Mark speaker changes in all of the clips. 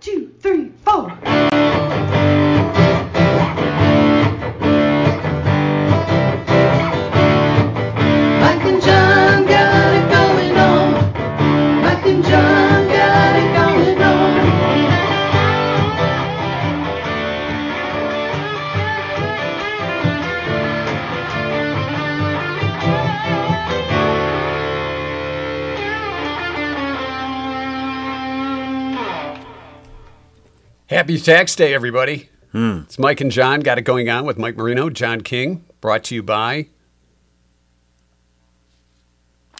Speaker 1: two, three, four. Mike and John got it going on. Mike and John got it going on.
Speaker 2: Happy Tax Day, everybody. It's Mike and John. Got it going on with Mike Marino, John King. Brought to you by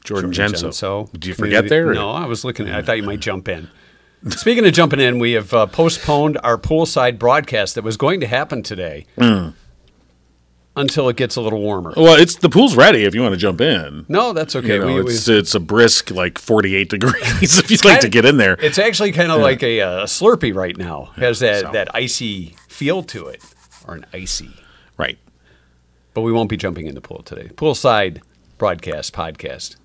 Speaker 3: Jordan, Genso.
Speaker 2: So,
Speaker 3: Did you forget there? or-
Speaker 2: No, I was looking. I thought you might jump in. Speaking of jumping in, we have uh, postponed our poolside broadcast that was going to happen today
Speaker 3: Hmm.
Speaker 2: until it gets a little warmer.
Speaker 3: Well, it's the pool's ready if you want to jump in.
Speaker 2: No, that's okay.
Speaker 3: Oh. you know,
Speaker 2: We- we-
Speaker 3: it's it's a brisk like 48 degrees if you'd like to get in there.
Speaker 2: It's actually kind of like a, uh Slurpee right now. has that, that icy feel to it, or an icy.
Speaker 3: right.
Speaker 2: But we won't be jumping in the pool today. Poolside broadcast podcast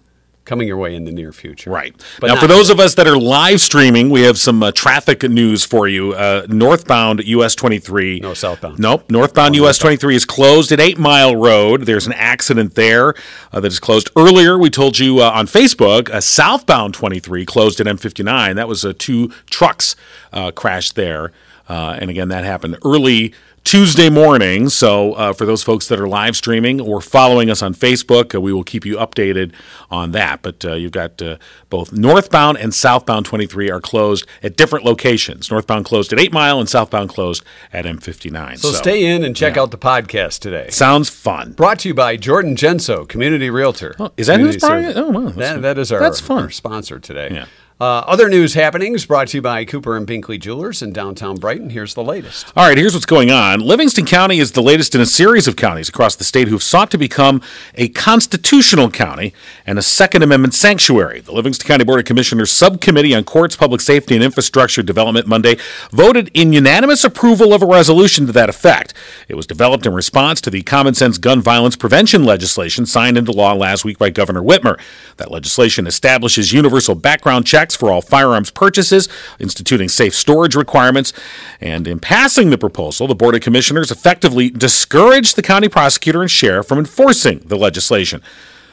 Speaker 2: coming your way in the near future.
Speaker 3: Right.
Speaker 2: But
Speaker 3: now,
Speaker 2: not
Speaker 3: for those
Speaker 2: today.
Speaker 3: of us that are live streaming, we have some uh, traffic news for you. Uh, northbound US 23.
Speaker 2: No, southbound.
Speaker 3: Nope. Northbound US 23 is closed at 8 Mile Road. There's an accident there uh, that is closed. Earlier, we told you uh, on Facebook, uh, southbound 23 closed at M59. That was uh, two trucks uh, crashed there. Uh, and again, that happened early Tuesday morning. So, uh, for those folks that are live streaming or following us on Facebook, uh, we will keep you updated on that. But uh, you've got uh, both northbound and southbound 23 are closed at different locations. Northbound closed at 8 Mile and southbound closed at M59.
Speaker 2: So, stay in and check out the podcast today.
Speaker 3: Sounds fun.
Speaker 2: Brought to you by Jordan Genso, Community Realtor.
Speaker 3: Oh, is that who's
Speaker 2: Community
Speaker 3: buying
Speaker 2: service-
Speaker 3: it? Oh, wow, that's-
Speaker 2: That, that is our,
Speaker 3: that's fun.
Speaker 2: our sponsor today.
Speaker 3: Yeah.
Speaker 2: Uh, other news happenings brought to you by Cooper and Binkley Jewelers in downtown Brighton. Here's the latest.
Speaker 3: All right, here's what's going on. Livingston County is the latest in a series of counties across the state who have sought to become a constitutional county and a Second Amendment sanctuary. The Livingston County Board of Commissioners Subcommittee on Courts, Public Safety, and Infrastructure Development Monday voted in unanimous approval of a resolution to that effect. It was developed in response to the common sense gun violence prevention legislation signed into law last week by Governor Whitmer. That legislation establishes universal background checks for all firearms purchases, instituting safe storage requirements, and in passing the proposal, the Board of Commissioners effectively discouraged the county prosecutor and sheriff from enforcing the legislation.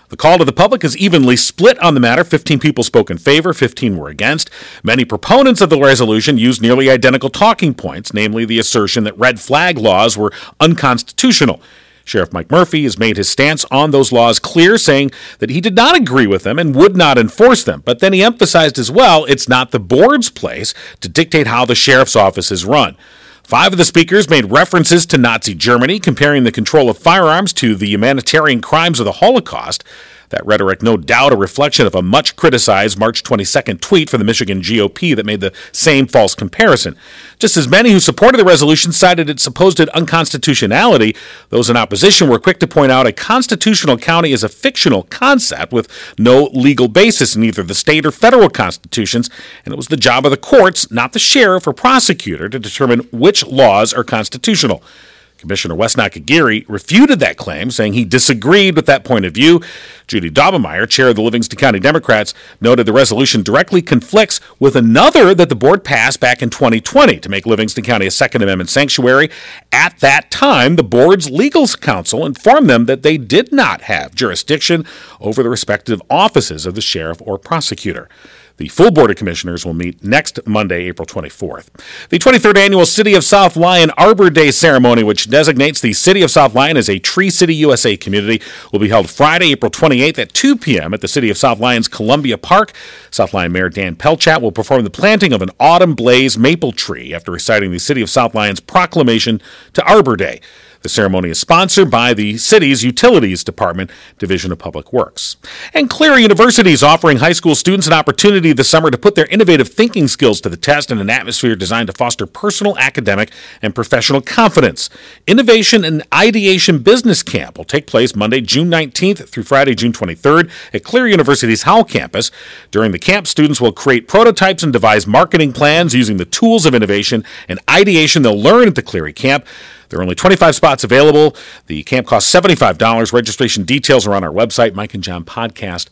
Speaker 3: The call to the public is evenly split on the matter. 15 people spoke in favor, 15 were against. Many proponents of the resolution used nearly identical talking points, namely the assertion that red flag laws were unconstitutional. Sheriff Mike Murphy has made his stance on those laws clear, saying that he did not agree with them and would not enforce them. But then he emphasized as well it's not the board's place to dictate how the sheriff's office is run. Five of the speakers made references to Nazi Germany, comparing the control of firearms to the humanitarian crimes of the Holocaust. That rhetoric, no doubt, a reflection of a much criticized March 22nd tweet from the Michigan GOP that made the same false comparison. Just as many who supported the resolution cited its supposed unconstitutionality, those in opposition were quick to point out a constitutional county is a fictional concept with no legal basis in either the state or federal constitutions, and it was the job of the courts, not the sheriff or prosecutor, to determine which laws are constitutional. Commissioner Wes Nakagiri refuted that claim, saying he disagreed with that point of view. Judy Dobemeyer, chair of the Livingston County Democrats, noted the resolution directly conflicts with another that the board passed back in 2020 to make Livingston County a Second Amendment sanctuary. At that time, the board's legal counsel informed them that they did not have jurisdiction over the respective offices of the sheriff or prosecutor. The full Board of Commissioners will meet next Monday, April 24th. The 23rd Annual City of South Lyon Arbor Day Ceremony, which designates the City of South Lyon as a Tree City USA community, will be held Friday, April 28th at 2 p.m. at the City of South Lyon's Columbia Park. South Lyon Mayor Dan Pelchat will perform the planting of an autumn blaze maple tree after reciting the City of South Lyon's proclamation to Arbor Day. The ceremony is sponsored by the city's Utilities Department, Division of Public Works. And Clear University is offering high school students an opportunity this summer to put their innovative thinking skills to the test in an atmosphere designed to foster personal, academic, and professional confidence. Innovation and Ideation Business Camp will take place Monday, June 19th through Friday, June 23rd at Clear University's Howell campus. During the camp, students will create prototypes and devise marketing plans using the tools of innovation and ideation they'll learn at the Cleary camp. There are only 25 spots available. The camp costs $75. Registration details are on our website, mikeandjohnpodcast.com.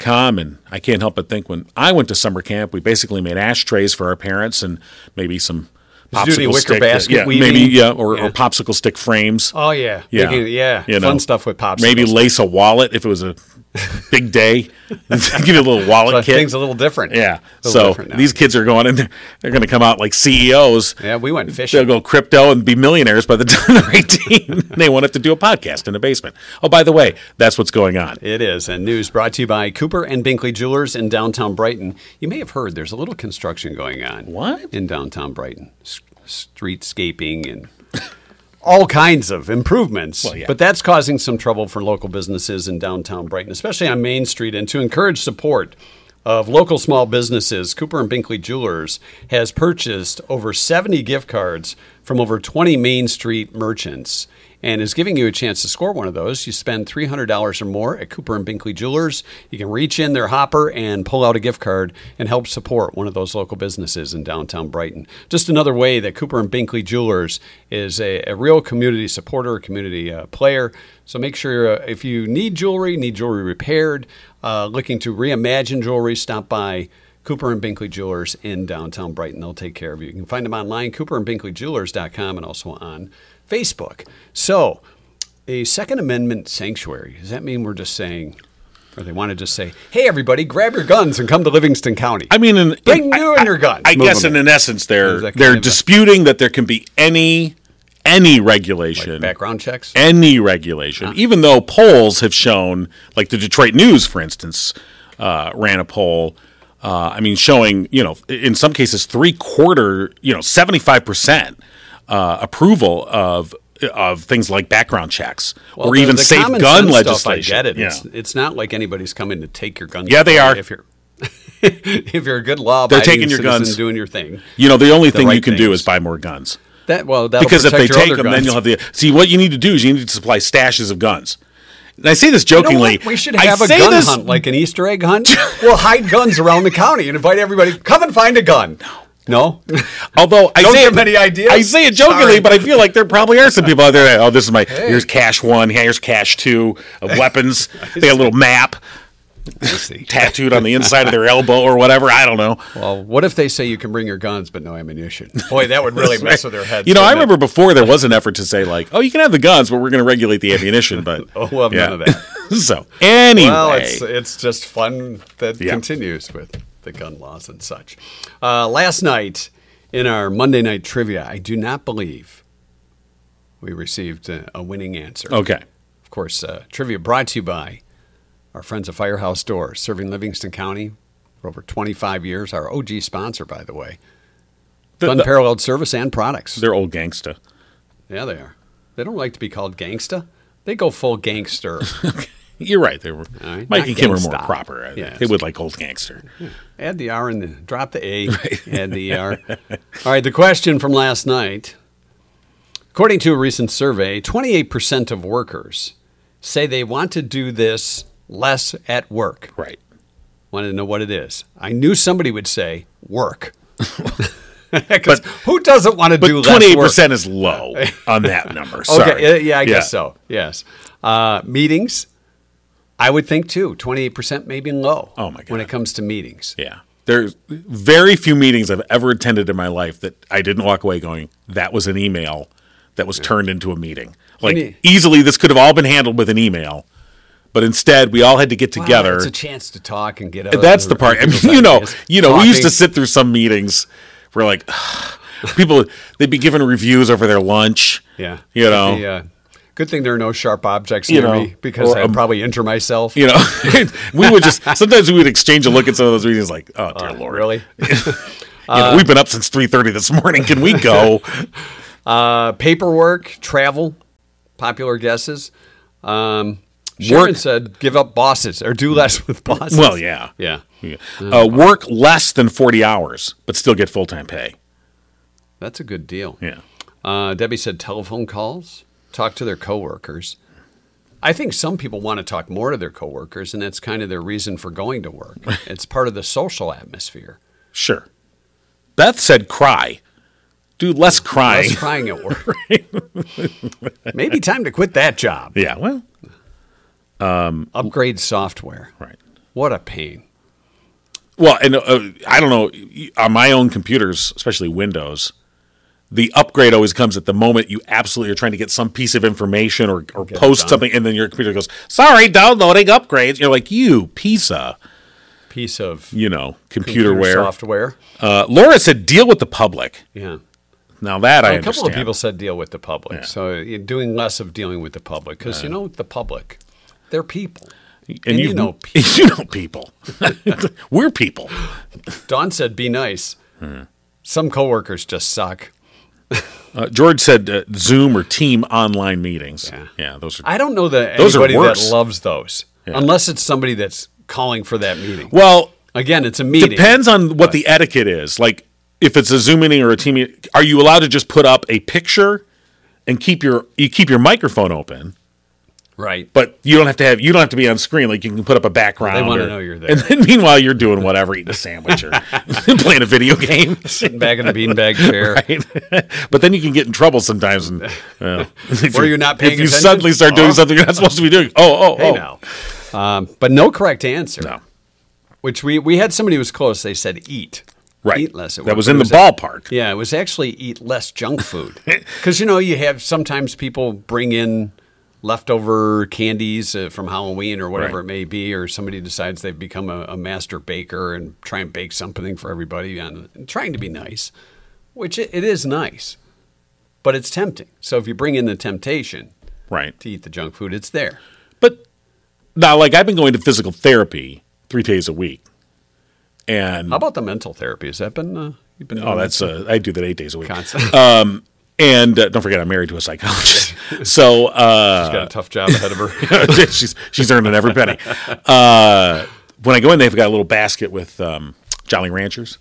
Speaker 3: Com, and I can't help but think when I went to summer camp, we basically made ashtrays for our parents and maybe some
Speaker 2: Did you do any
Speaker 3: popsicle
Speaker 2: wicker
Speaker 3: stick, uh,
Speaker 2: basket
Speaker 3: yeah,
Speaker 2: weaving?
Speaker 3: maybe yeah, or,
Speaker 2: Yeah.
Speaker 3: or popsicle stick frames.
Speaker 2: Oh yeah,
Speaker 3: Yeah,
Speaker 2: Making- yeah.
Speaker 3: you
Speaker 2: Fun
Speaker 3: know.
Speaker 2: stuff with pops.
Speaker 3: maybe lace a wallet if it was a big day. Give you a little wallet
Speaker 2: but
Speaker 3: kit.
Speaker 2: things a little different.
Speaker 3: yeah.
Speaker 2: A little
Speaker 3: So
Speaker 2: different now.
Speaker 3: these kids are going in there. They're going to come out like E CEOs.
Speaker 2: Yeah, we went
Speaker 3: They'll
Speaker 2: fishing.
Speaker 3: go crypto and be millionaires by the time they're 18. they won't have to do a podcast in the basement. Oh, by the way, that's what's going on.
Speaker 2: It is. And news brought to you by Cooper and Binkley Jewelers in downtown Brighton. You may have heard there's a little construction going on.
Speaker 3: What?
Speaker 2: In downtown Brighton. S- streetscaping and all kinds of improvements.
Speaker 3: Well, yeah.
Speaker 2: But that's causing some trouble for local businesses in downtown Brighton, especially on Main Street. And to encourage support of local small businesses, Cooper and Binkley Jewelers has purchased over 70 gift cards from over 20 Main Street merchants and is giving you a chance to score one of those. You spend $300 or more at Cooper and Binkley Jewelers. You can reach in their hopper and pull out a gift card and help support one of those local businesses in downtown Brighton. Just another way that Cooper and Binkley Jewelers is a, a real community supporter, a community uh, player. So make sure uh, if you need jewelry, need jewelry repaired, uh, looking to reimagine jewelry, stop by. Cooper and Binkley Jewelers in downtown Brighton. They'll take care of you. You can find them online, cooperandbinkleyjewelers.com, and also on Facebook. So, a Second Amendment sanctuary. Does that mean we're just saying, or they want to just say, hey, everybody, grab your guns and come to Livingston County?
Speaker 3: I mean, in,
Speaker 2: bring
Speaker 3: in-
Speaker 2: you
Speaker 3: I,
Speaker 2: and your guns.
Speaker 3: I guess
Speaker 2: movement.
Speaker 3: in, in essence, they're
Speaker 2: Is that kind
Speaker 3: they're
Speaker 2: of a-
Speaker 3: disputing that there can be any any regulation,
Speaker 2: background checks.
Speaker 3: any
Speaker 2: Uh.
Speaker 3: regulation, even though polls have shown, like the Detroit News, for instance, uh, ran a poll. Uh, I mean, showing you know, in some cases, three quarter, you know, seventy five percent uh, approval of of things like background checks
Speaker 2: Well,
Speaker 3: or
Speaker 2: the-
Speaker 3: even
Speaker 2: the
Speaker 3: safe
Speaker 2: common
Speaker 3: gun
Speaker 2: sense
Speaker 3: legislation.
Speaker 2: Stuff, I get it.
Speaker 3: Yeah.
Speaker 2: It's, it's not like anybody's coming to take your guns.
Speaker 3: Yeah, they
Speaker 2: away
Speaker 3: are.
Speaker 2: If you're if you're a good law,
Speaker 3: They're taking your guns.
Speaker 2: doing your thing.
Speaker 3: you know, the only thing you
Speaker 2: right
Speaker 3: can do
Speaker 2: things.
Speaker 3: is buy more guns.
Speaker 2: That well, that'll
Speaker 3: because if they
Speaker 2: protect your
Speaker 3: take
Speaker 2: other
Speaker 3: them, then
Speaker 2: guns.
Speaker 3: you'll have the. See, what you need to do is you need to supply stashes of guns. And I say this
Speaker 2: You know
Speaker 3: jokingly.
Speaker 2: what? We should
Speaker 3: I
Speaker 2: have a
Speaker 3: say
Speaker 2: gun
Speaker 3: this-
Speaker 2: hunt, like an Easter egg hunt. we'll hide guns around the county and invite everybody. Come and find a gun. No,
Speaker 3: Although I
Speaker 2: Don't
Speaker 3: say
Speaker 2: give
Speaker 3: it-
Speaker 2: them any ideas.
Speaker 3: I say it jokingly,
Speaker 2: Sorry.
Speaker 3: but I feel like there probably are some people out there. That, oh, this is my here's cash one, here's cash two of weapons. they got a little map
Speaker 2: see.
Speaker 3: tattooed on the inside of their elbow or whatever. I don't know.
Speaker 2: Well, what if they say you can bring your guns but no ammunition? Boy, that would really mess with their heads.
Speaker 3: You know, I
Speaker 2: wouldn't it?
Speaker 3: remember before there was an effort to say like, "Oh, you can have the guns, but we're going to regulate the ammunition." But
Speaker 2: Oh, we'll have none of that.
Speaker 3: so anyway,
Speaker 2: Well, it's it's just fun that
Speaker 3: Yeah.
Speaker 2: continues with the gun laws and such. Uh, last night in our Monday night trivia, I do not believe we received a, a winning answer.
Speaker 3: okay.
Speaker 2: Of course, uh, trivia brought to you by our friends at Firehouse Doors, serving Livingston County for over 25 years. Our OG sponsor, by the way,
Speaker 3: The- the-
Speaker 2: unparalleled service and products.
Speaker 3: they're old gangsta.
Speaker 2: Yeah, they are. They don't like to be called gangsta. They go full gangster.
Speaker 3: You're right. They were
Speaker 2: right,
Speaker 3: Mike
Speaker 2: not
Speaker 3: and Kim are more
Speaker 2: GameStop.
Speaker 3: proper. I think.
Speaker 2: Yes.
Speaker 3: They would like old gangster.
Speaker 2: Add the R and the drop the A. Add the E R. All right. The question from last night. According to a recent survey, 28% of workers say they want to do this less at work.
Speaker 3: Right.
Speaker 2: Wanted to know what it is. I knew somebody would say work. 'Cause who doesn't want to
Speaker 3: But
Speaker 2: do less
Speaker 3: twenty eight
Speaker 2: work?
Speaker 3: percent is low on that number. Sorry.
Speaker 2: Okay, uh, yeah, I guess so. Yes, uh, meetings. I would think too. Twenty-eight percent, maybe low.
Speaker 3: Oh, my
Speaker 2: When
Speaker 3: God.
Speaker 2: it comes to meetings,
Speaker 3: Yeah. There's very few meetings I've ever attended in my life that I didn't walk away going, that was an email that was turned into a meeting. Like
Speaker 2: And it-
Speaker 3: easily this could have all been handled with an email. But instead we all had to get
Speaker 2: Wow,
Speaker 3: together.
Speaker 2: it's a chance to talk and get.
Speaker 3: And that's
Speaker 2: other
Speaker 3: the part. I mean,
Speaker 2: people's
Speaker 3: you know,
Speaker 2: ideas.
Speaker 3: you know, we used to
Speaker 2: Talking.
Speaker 3: sit through some meetings where like people they'd be given reviews over their lunch.
Speaker 2: Yeah,
Speaker 3: You know.
Speaker 2: The, uh, good thing there are no sharp objects
Speaker 3: You
Speaker 2: near
Speaker 3: know,
Speaker 2: me because
Speaker 3: or,
Speaker 2: I'd
Speaker 3: um,
Speaker 2: probably injure myself.
Speaker 3: You know, we would just sometimes we would exchange a look at some of those meetings, like, oh Uh, dear lord,
Speaker 2: Really?
Speaker 3: You know, we've been up since three thirty this morning. Can we go?
Speaker 2: Uh, paperwork, travel, popular guesses. Um, Sharon
Speaker 3: Work-
Speaker 2: said, "Give up bosses or do less with bosses."
Speaker 3: well, yeah,
Speaker 2: yeah,
Speaker 3: Yeah. Uh, work less than forty hours, but still get full time pay.
Speaker 2: that's a good deal.
Speaker 3: Yeah,
Speaker 2: Uh, Debbie said telephone calls, talk to their coworkers. I think some people want to talk more to their coworkers, and that's kind of their reason for going to work. it's part of the social atmosphere.
Speaker 3: sure. Beth said, "Cry, do less crying."
Speaker 2: Less crying at work. Maybe time to quit that job.
Speaker 3: yeah, well,
Speaker 2: Upgrade software.
Speaker 3: right.
Speaker 2: What a pain.
Speaker 3: Well, and uh, I don't know y- on my own computers, especially Windows, the upgrade always comes at the moment you absolutely are trying to get some piece of information or, or post
Speaker 2: done.
Speaker 3: something, and then your computer goes, "Sorry, downloading upgrades." You're like, "You piece of
Speaker 2: Piece of
Speaker 3: you know
Speaker 2: computer
Speaker 3: computerware."
Speaker 2: software.
Speaker 3: uh, Laura said, "Deal with the public."
Speaker 2: Yeah.
Speaker 3: Now that I
Speaker 2: Oh, a couple
Speaker 3: understand.
Speaker 2: of people said deal with the public. So you're doing less of dealing with the public because you know the public, they're people. and you
Speaker 3: you've-
Speaker 2: know people.
Speaker 3: you know people. We're people.
Speaker 2: Don said be nice. Some coworkers just suck.
Speaker 3: Uh, George said uh, Zoom or Team online meetings. Yeah, those are.
Speaker 2: I don't know that
Speaker 3: Those are
Speaker 2: anybody that
Speaker 3: worse.
Speaker 2: loves those, unless it's somebody that's calling for that meeting.
Speaker 3: well,
Speaker 2: Again, it's a meeting.
Speaker 3: depends on what the etiquette is. Like, if it's a Zoom meeting or a team, meeting, are you allowed to just put up a picture and keep your you keep your microphone open?
Speaker 2: Right.
Speaker 3: But you don't have to have you don't have to be on screen. Like you can put up a background.
Speaker 2: They wanna
Speaker 3: or-
Speaker 2: know you're there.
Speaker 3: And then meanwhile you're doing whatever, eating a sandwich or playing a video game.
Speaker 2: Sitting back in a beanbag chair.
Speaker 3: but then you can get in trouble sometimes. And uh, if
Speaker 2: Or
Speaker 3: you-
Speaker 2: you're not paying
Speaker 3: If you
Speaker 2: attention?
Speaker 3: suddenly start doing
Speaker 2: Oh.
Speaker 3: something you're not supposed to be doing. Oh, oh,
Speaker 2: Hey
Speaker 3: oh.
Speaker 2: now. Um, but no correct answer.
Speaker 3: No.
Speaker 2: Which we, we had somebody who was close. They said eat.
Speaker 3: Right.
Speaker 2: Eat less. at
Speaker 3: that
Speaker 2: work,
Speaker 3: was
Speaker 2: but
Speaker 3: in
Speaker 2: it
Speaker 3: the ballpark.
Speaker 2: Yeah, it was actually eat less junk food. Because, you know, you have sometimes people bring in leftover candies uh, from Halloween or whatever
Speaker 3: Right.
Speaker 2: it may be, or somebody decides they've become a, a master baker and try and bake something for everybody on trying to be nice, which it, it is nice, but it's tempting. So if you bring in the temptation
Speaker 3: Right.
Speaker 2: to eat the junk food, it's there.
Speaker 3: But now, like, I've been going to physical therapy three days a week. And
Speaker 2: How about the mental therapy? Has that been, uh, you've been
Speaker 3: oh,
Speaker 2: doing
Speaker 3: that's, uh, I do that eight days a week.
Speaker 2: constant?
Speaker 3: And uh, don't forget, I'm married to a psychologist. so, uh,
Speaker 2: She's got a tough job ahead of her.
Speaker 3: she's she's earning every penny. Uh, when I go in, they've got a little basket with um, Jolly Ranchers.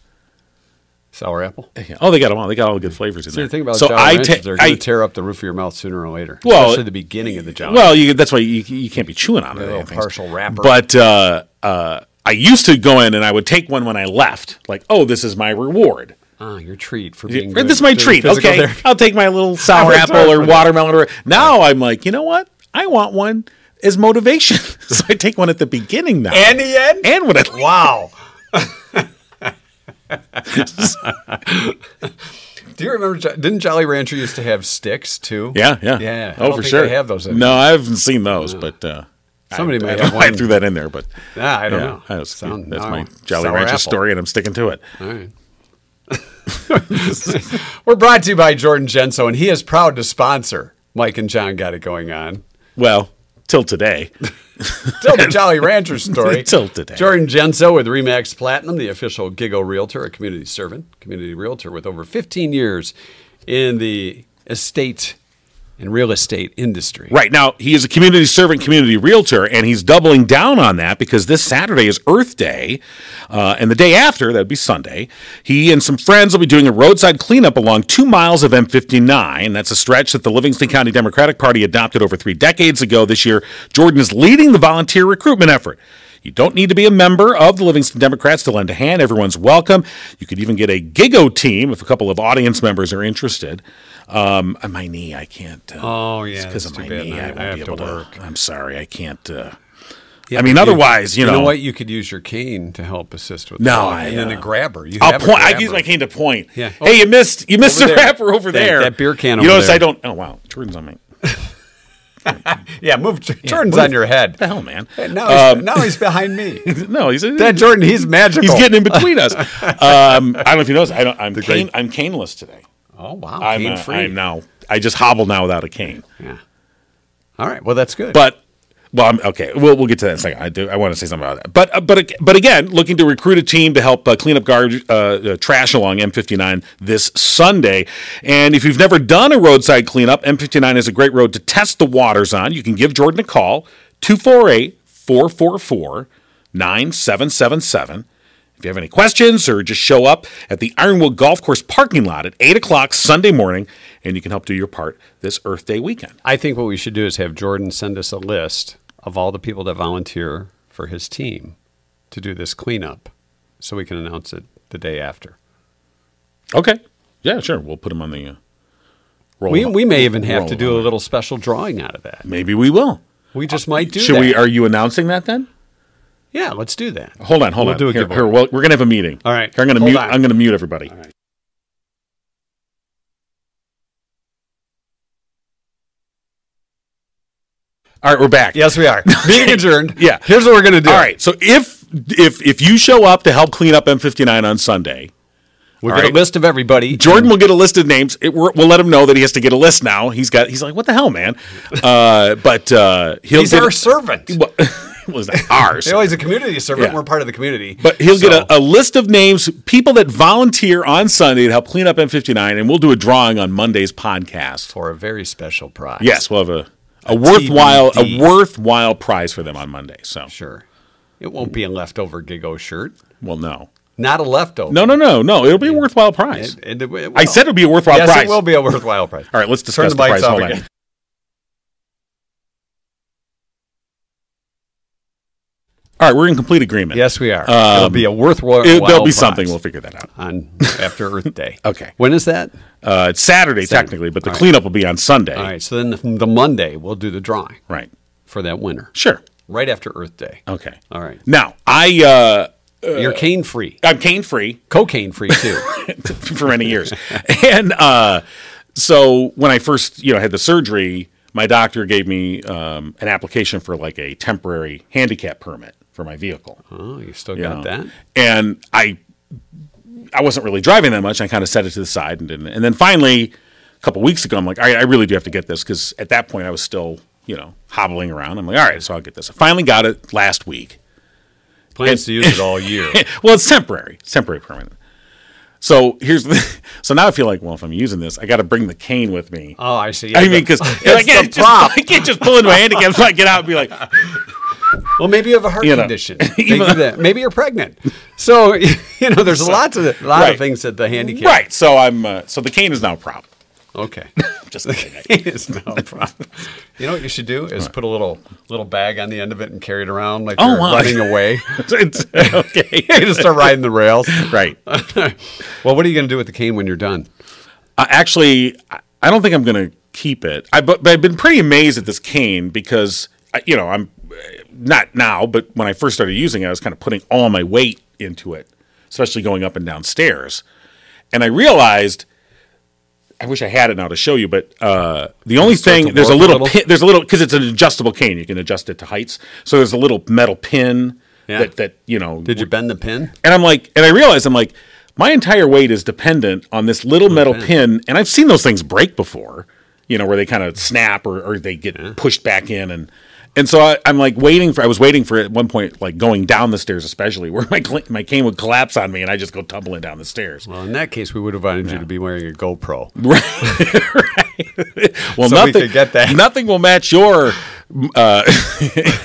Speaker 2: Sour apple.
Speaker 3: Yeah. Oh, they got them all. They got all the good flavors in
Speaker 2: So
Speaker 3: there.
Speaker 2: the thing about
Speaker 3: so
Speaker 2: Jolly
Speaker 3: I
Speaker 2: Ranchers,
Speaker 3: ta-
Speaker 2: they're going
Speaker 3: I-
Speaker 2: to tear up the roof of your mouth sooner or later.
Speaker 3: Well-
Speaker 2: especially the beginning of the Jolly.
Speaker 3: well, you, that's why you, you can't be chewing on it.
Speaker 2: little
Speaker 3: and things.
Speaker 2: partial wrapper.
Speaker 3: But uh, uh, I used to go in and I would take one when I left. Like, oh, this is my reward.
Speaker 2: ah, your treat for being.
Speaker 3: Right,
Speaker 2: good-
Speaker 3: this is my
Speaker 2: doing
Speaker 3: treat.
Speaker 2: physical
Speaker 3: Okay,
Speaker 2: therapy.
Speaker 3: I'll take my little sour
Speaker 2: Sorry
Speaker 3: apple or
Speaker 2: for that.
Speaker 3: watermelon. Or now I'm like, you know what? I want one as motivation, so I take one at the beginning now.
Speaker 2: And the end.
Speaker 3: and when I
Speaker 2: wow. Do you remember? Jo- Didn't Jolly Rancher used to have sticks too?
Speaker 3: yeah yeah
Speaker 2: Yeah. I
Speaker 3: oh
Speaker 2: don't
Speaker 3: for
Speaker 2: think
Speaker 3: sure
Speaker 2: They have those.
Speaker 3: No, I haven't seen those, but uh,
Speaker 2: Somebody
Speaker 3: I,
Speaker 2: may
Speaker 3: I,
Speaker 2: have
Speaker 3: I
Speaker 2: one.
Speaker 3: threw that in there, but
Speaker 2: Ah, I don't
Speaker 3: yeah,
Speaker 2: know.
Speaker 3: that's,
Speaker 2: Sound-
Speaker 3: that's
Speaker 2: no.
Speaker 3: my Jolly
Speaker 2: Sour
Speaker 3: Rancher
Speaker 2: apple.
Speaker 3: story, and I'm sticking to it.
Speaker 2: All right. We're brought to you by Jordan Genso, and he is proud to sponsor. Mike and John got it going on.
Speaker 3: Well, till today.
Speaker 2: Tell the Jolly Rancher story.
Speaker 3: Till today.
Speaker 2: Jordan Genso with Remax Platinum, the official Gigo Realtor, a community servant, community realtor with over 15 years in the estate and real estate industry.
Speaker 3: Right now, he is a community servant, community realtor, and he's doubling down on that because this Saturday is Earth Day, uh, and the day after that'd be Sunday. He and some friends will be doing a roadside cleanup along two miles of M59. That's a stretch that the Livingston County Democratic Party adopted over three decades ago. This year, Jordan is leading the volunteer recruitment effort. You don't need to be a member of the Livingston Democrats to lend a hand. Everyone's welcome. You could even get a Gigo team if a couple of audience members are interested. Um, uh, my knee, I can't. Uh,
Speaker 2: Oh, yeah,
Speaker 3: because
Speaker 2: that's
Speaker 3: of
Speaker 2: too
Speaker 3: my
Speaker 2: bad.
Speaker 3: knee.
Speaker 2: I-
Speaker 3: I,
Speaker 2: I
Speaker 3: won't
Speaker 2: have
Speaker 3: be
Speaker 2: to
Speaker 3: able to
Speaker 2: work.
Speaker 3: I'm sorry, I can't. Uh, I mean, otherwise, you,
Speaker 2: You
Speaker 3: know,
Speaker 2: know what? You could use your cane to help assist with.
Speaker 3: No,
Speaker 2: the walk,
Speaker 3: I,
Speaker 2: and then
Speaker 3: uh,
Speaker 2: a grabber. You
Speaker 3: I'll
Speaker 2: have a
Speaker 3: point. I
Speaker 2: grabber.
Speaker 3: use my cane to point.
Speaker 2: Yeah. Oh.
Speaker 3: Hey, you missed. You missed
Speaker 2: Over
Speaker 3: the
Speaker 2: there.
Speaker 3: wrapper over
Speaker 2: That-
Speaker 3: there.
Speaker 2: that beer can
Speaker 3: You
Speaker 2: over
Speaker 3: notice
Speaker 2: there.
Speaker 3: I don't. Oh wow, Jordan's on my.
Speaker 2: Yeah, move. Jordan's
Speaker 3: move.
Speaker 2: on your head.
Speaker 3: The hell, man. Um,
Speaker 2: Now he's, now he's behind me.
Speaker 3: no, he's
Speaker 2: That Jordan, he's magical.
Speaker 3: He's getting in between us. Um, I don't know if you noticed. I don't. I'm cane, I'm caneless today.
Speaker 2: Oh wow,
Speaker 3: I'm,
Speaker 2: cane
Speaker 3: uh,
Speaker 2: free.
Speaker 3: I'm now. I just hobble now without a cane.
Speaker 2: Yeah. All right. Well, that's good.
Speaker 3: But well, I'm, okay, we'll we'll get to that in a second. I do. I want to say something about that. But uh, but but again, looking to recruit a team to help uh, clean up garbage, uh, uh, trash along M59 this Sunday. And if you've never done a roadside cleanup, M59 is a great road to test the waters on. You can give Jordan a call 248 444 9777. If you have any questions or just show up at the Ironwood Golf Course parking lot at 8 o'clock Sunday morning, and you can help do your part this Earth Day weekend.
Speaker 2: I think what we should do is have Jordan send us a list of all the people that volunteer for his team to do this cleanup, so we can announce it the day after.
Speaker 3: Okay. Yeah, sure. We'll put them on the uh, roll.
Speaker 2: We,
Speaker 3: them up.
Speaker 2: we may even have
Speaker 3: roll
Speaker 2: to
Speaker 3: them
Speaker 2: do a little special drawing out of that.
Speaker 3: Maybe we will.
Speaker 2: We just might do
Speaker 3: Should
Speaker 2: that.
Speaker 3: we? Are you announcing that then?
Speaker 2: Yeah, let's do that.
Speaker 3: Hold on, hold
Speaker 2: We'll
Speaker 3: on.
Speaker 2: do a
Speaker 3: here,
Speaker 2: giveaway.
Speaker 3: here, well, we're gonna have a meeting.
Speaker 2: All right,
Speaker 3: Here, I'm gonna
Speaker 2: hold
Speaker 3: mute.
Speaker 2: on.
Speaker 3: I'm gonna mute everybody. All right, we're back.
Speaker 2: Yes, we are. Meeting adjourned.
Speaker 3: Yeah.
Speaker 2: Here's what we're going to do.
Speaker 3: All right. So if if if you show up to help clean up M59 on Sunday,
Speaker 2: We'll
Speaker 3: All
Speaker 2: get
Speaker 3: right.
Speaker 2: a list of everybody.
Speaker 3: Jordan will get a list of names. It, we're, we'll let him know that he has to get a list now. He's got. He's like, what the hell, man? Uh, but uh, he'll
Speaker 2: He's
Speaker 3: get
Speaker 2: our servant.
Speaker 3: Well, well, it's not ours.
Speaker 2: They're always a community servant.
Speaker 3: Yeah.
Speaker 2: We're part of the community.
Speaker 3: But he'll
Speaker 2: So-
Speaker 3: get a, a list of names, people that volunteer on Sunday to help clean up M59, and we'll do a drawing on Monday's podcast.
Speaker 2: for a very special prize.
Speaker 3: Yes, we'll have a, a, worthwhile a
Speaker 2: TBD.
Speaker 3: worthwhile prize for them on Monday. So,
Speaker 2: Sure. It won't be a leftover Gigo shirt.
Speaker 3: well, no,
Speaker 2: Not a leftover.
Speaker 3: no, no, no, no. It'll be a worthwhile prize.
Speaker 2: It- it- it will.
Speaker 3: I said it'll be a worthwhile
Speaker 2: yes,
Speaker 3: prize.
Speaker 2: it will be a worthwhile prize.
Speaker 3: All right, let's
Speaker 2: Turn
Speaker 3: discuss
Speaker 2: the
Speaker 3: the, prize.
Speaker 2: bikes off
Speaker 3: Hold on.
Speaker 2: again.
Speaker 3: All right, we're in complete agreement.
Speaker 2: Yes, we are. it'll
Speaker 3: Um,
Speaker 2: be a worthwhile.
Speaker 3: It, there'll be
Speaker 2: prize
Speaker 3: something. We'll figure that out.
Speaker 2: on after Earth Day.
Speaker 3: Okay.
Speaker 2: When is that?
Speaker 3: Uh, it's Saturday, technically, but the cleanup will be on Sunday.
Speaker 2: All right. So then the, the Monday we'll do the drawing
Speaker 3: Right.
Speaker 2: for that winner,
Speaker 3: Sure.
Speaker 2: right after Earth Day.
Speaker 3: Okay.
Speaker 2: All right.
Speaker 3: Now, I uh,
Speaker 2: You're cane free,
Speaker 3: I'm cane free
Speaker 2: cocaine free too.
Speaker 3: for many years, and uh, so when I first you know had the surgery, my doctor gave me um, an application for like a temporary handicap permit for my vehicle.
Speaker 2: oh, you still
Speaker 3: you
Speaker 2: got
Speaker 3: know.
Speaker 2: that?
Speaker 3: And I I wasn't really driving that much. I kind of set it to the side and didn't. And then finally, a couple weeks ago, I'm like, all right, I really do have to get this because at that point I was still you know hobbling around. I'm like, all right, so I'll get this. I finally got it last week.
Speaker 2: Plans to use it all year.
Speaker 3: well, it's temporary. It's temporary permanent. So here's the, so now I feel like well if I'm using this I got to bring the cane with me.
Speaker 2: Oh, I see.
Speaker 3: I mean because I,
Speaker 2: the
Speaker 3: can't just-
Speaker 2: prop.
Speaker 3: I can't just pull into my handicap so I get out and be like
Speaker 2: Well, maybe you have a heart
Speaker 3: You know,
Speaker 2: condition. They do that. Maybe you're pregnant. So you know, there's lots of a lot
Speaker 3: Right.
Speaker 2: of things that the handicap.
Speaker 3: right. So I'm uh, so the cane is now a problem.
Speaker 2: Okay.
Speaker 3: Just kidding.
Speaker 2: It's no problem. You know what you should do is put a little little bag on the end of it and carry it around like
Speaker 3: Oh,
Speaker 2: you're
Speaker 3: wow.
Speaker 2: running away.
Speaker 3: It's- okay.
Speaker 2: you just start riding the rails.
Speaker 3: right. Uh,
Speaker 2: Well, what are you going to do with the cane when you're done?
Speaker 3: actually, I- I don't think I'm going to keep it. I but, but I've been pretty amazed at this cane because I, you know I'm uh, not now, but when I first started using it, I was kind of putting all my weight into it, especially going up and down stairs, and I realized. I wish I had it now to show you, but uh, the only
Speaker 2: start
Speaker 3: thing
Speaker 2: to
Speaker 3: there's a
Speaker 2: warp a
Speaker 3: little,
Speaker 2: little?
Speaker 3: pin, there's a little because it's an adjustable cane. You can adjust it to heights. So there's a little metal pin
Speaker 2: Yeah.
Speaker 3: that that you know
Speaker 2: Did you bend the pin?
Speaker 3: and I'm like, and I realized I'm like, my entire weight is dependent on this little metal pin. And I've seen those things break before, you know, where they kind of snap or, or they get pushed back in. And, and so I, I'm like waiting for, I was waiting for it at one point, like going down the stairs, especially where my, cl- my cane would collapse on me and I just go tumbling down the stairs.
Speaker 2: Well, in that case, we would have wanted you to be wearing a GoPro.
Speaker 3: Well,
Speaker 2: So we
Speaker 3: nothing,
Speaker 2: could get that.
Speaker 3: nothing will match your, uh,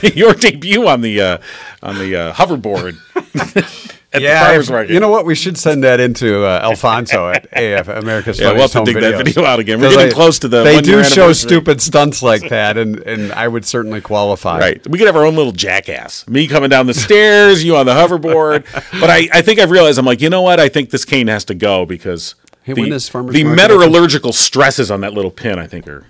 Speaker 3: your debut on the, uh, on the, uh, hoverboard at the farmer's
Speaker 2: if-
Speaker 3: market.
Speaker 2: you know what? We should send that into uh, Alfonso at AF America's
Speaker 3: Yeah, we'll
Speaker 2: Funniest
Speaker 3: have to
Speaker 2: Home
Speaker 3: dig that
Speaker 2: Videos.
Speaker 3: video out again. We're
Speaker 2: 'Cause
Speaker 3: getting close to the
Speaker 2: They
Speaker 3: one-year
Speaker 2: do show
Speaker 3: anniversary.
Speaker 2: stupid stunts like that, and, and I would certainly qualify.
Speaker 3: Right. We could have our own little jackass. Me coming down the stairs, you on the hoverboard. But I, I think I've realized I'm like, you know what? I think this cane has to go because
Speaker 2: Hey,
Speaker 3: the,
Speaker 2: when is farmer's
Speaker 3: the
Speaker 2: market
Speaker 3: metallurgical stresses on that little pin, I think, are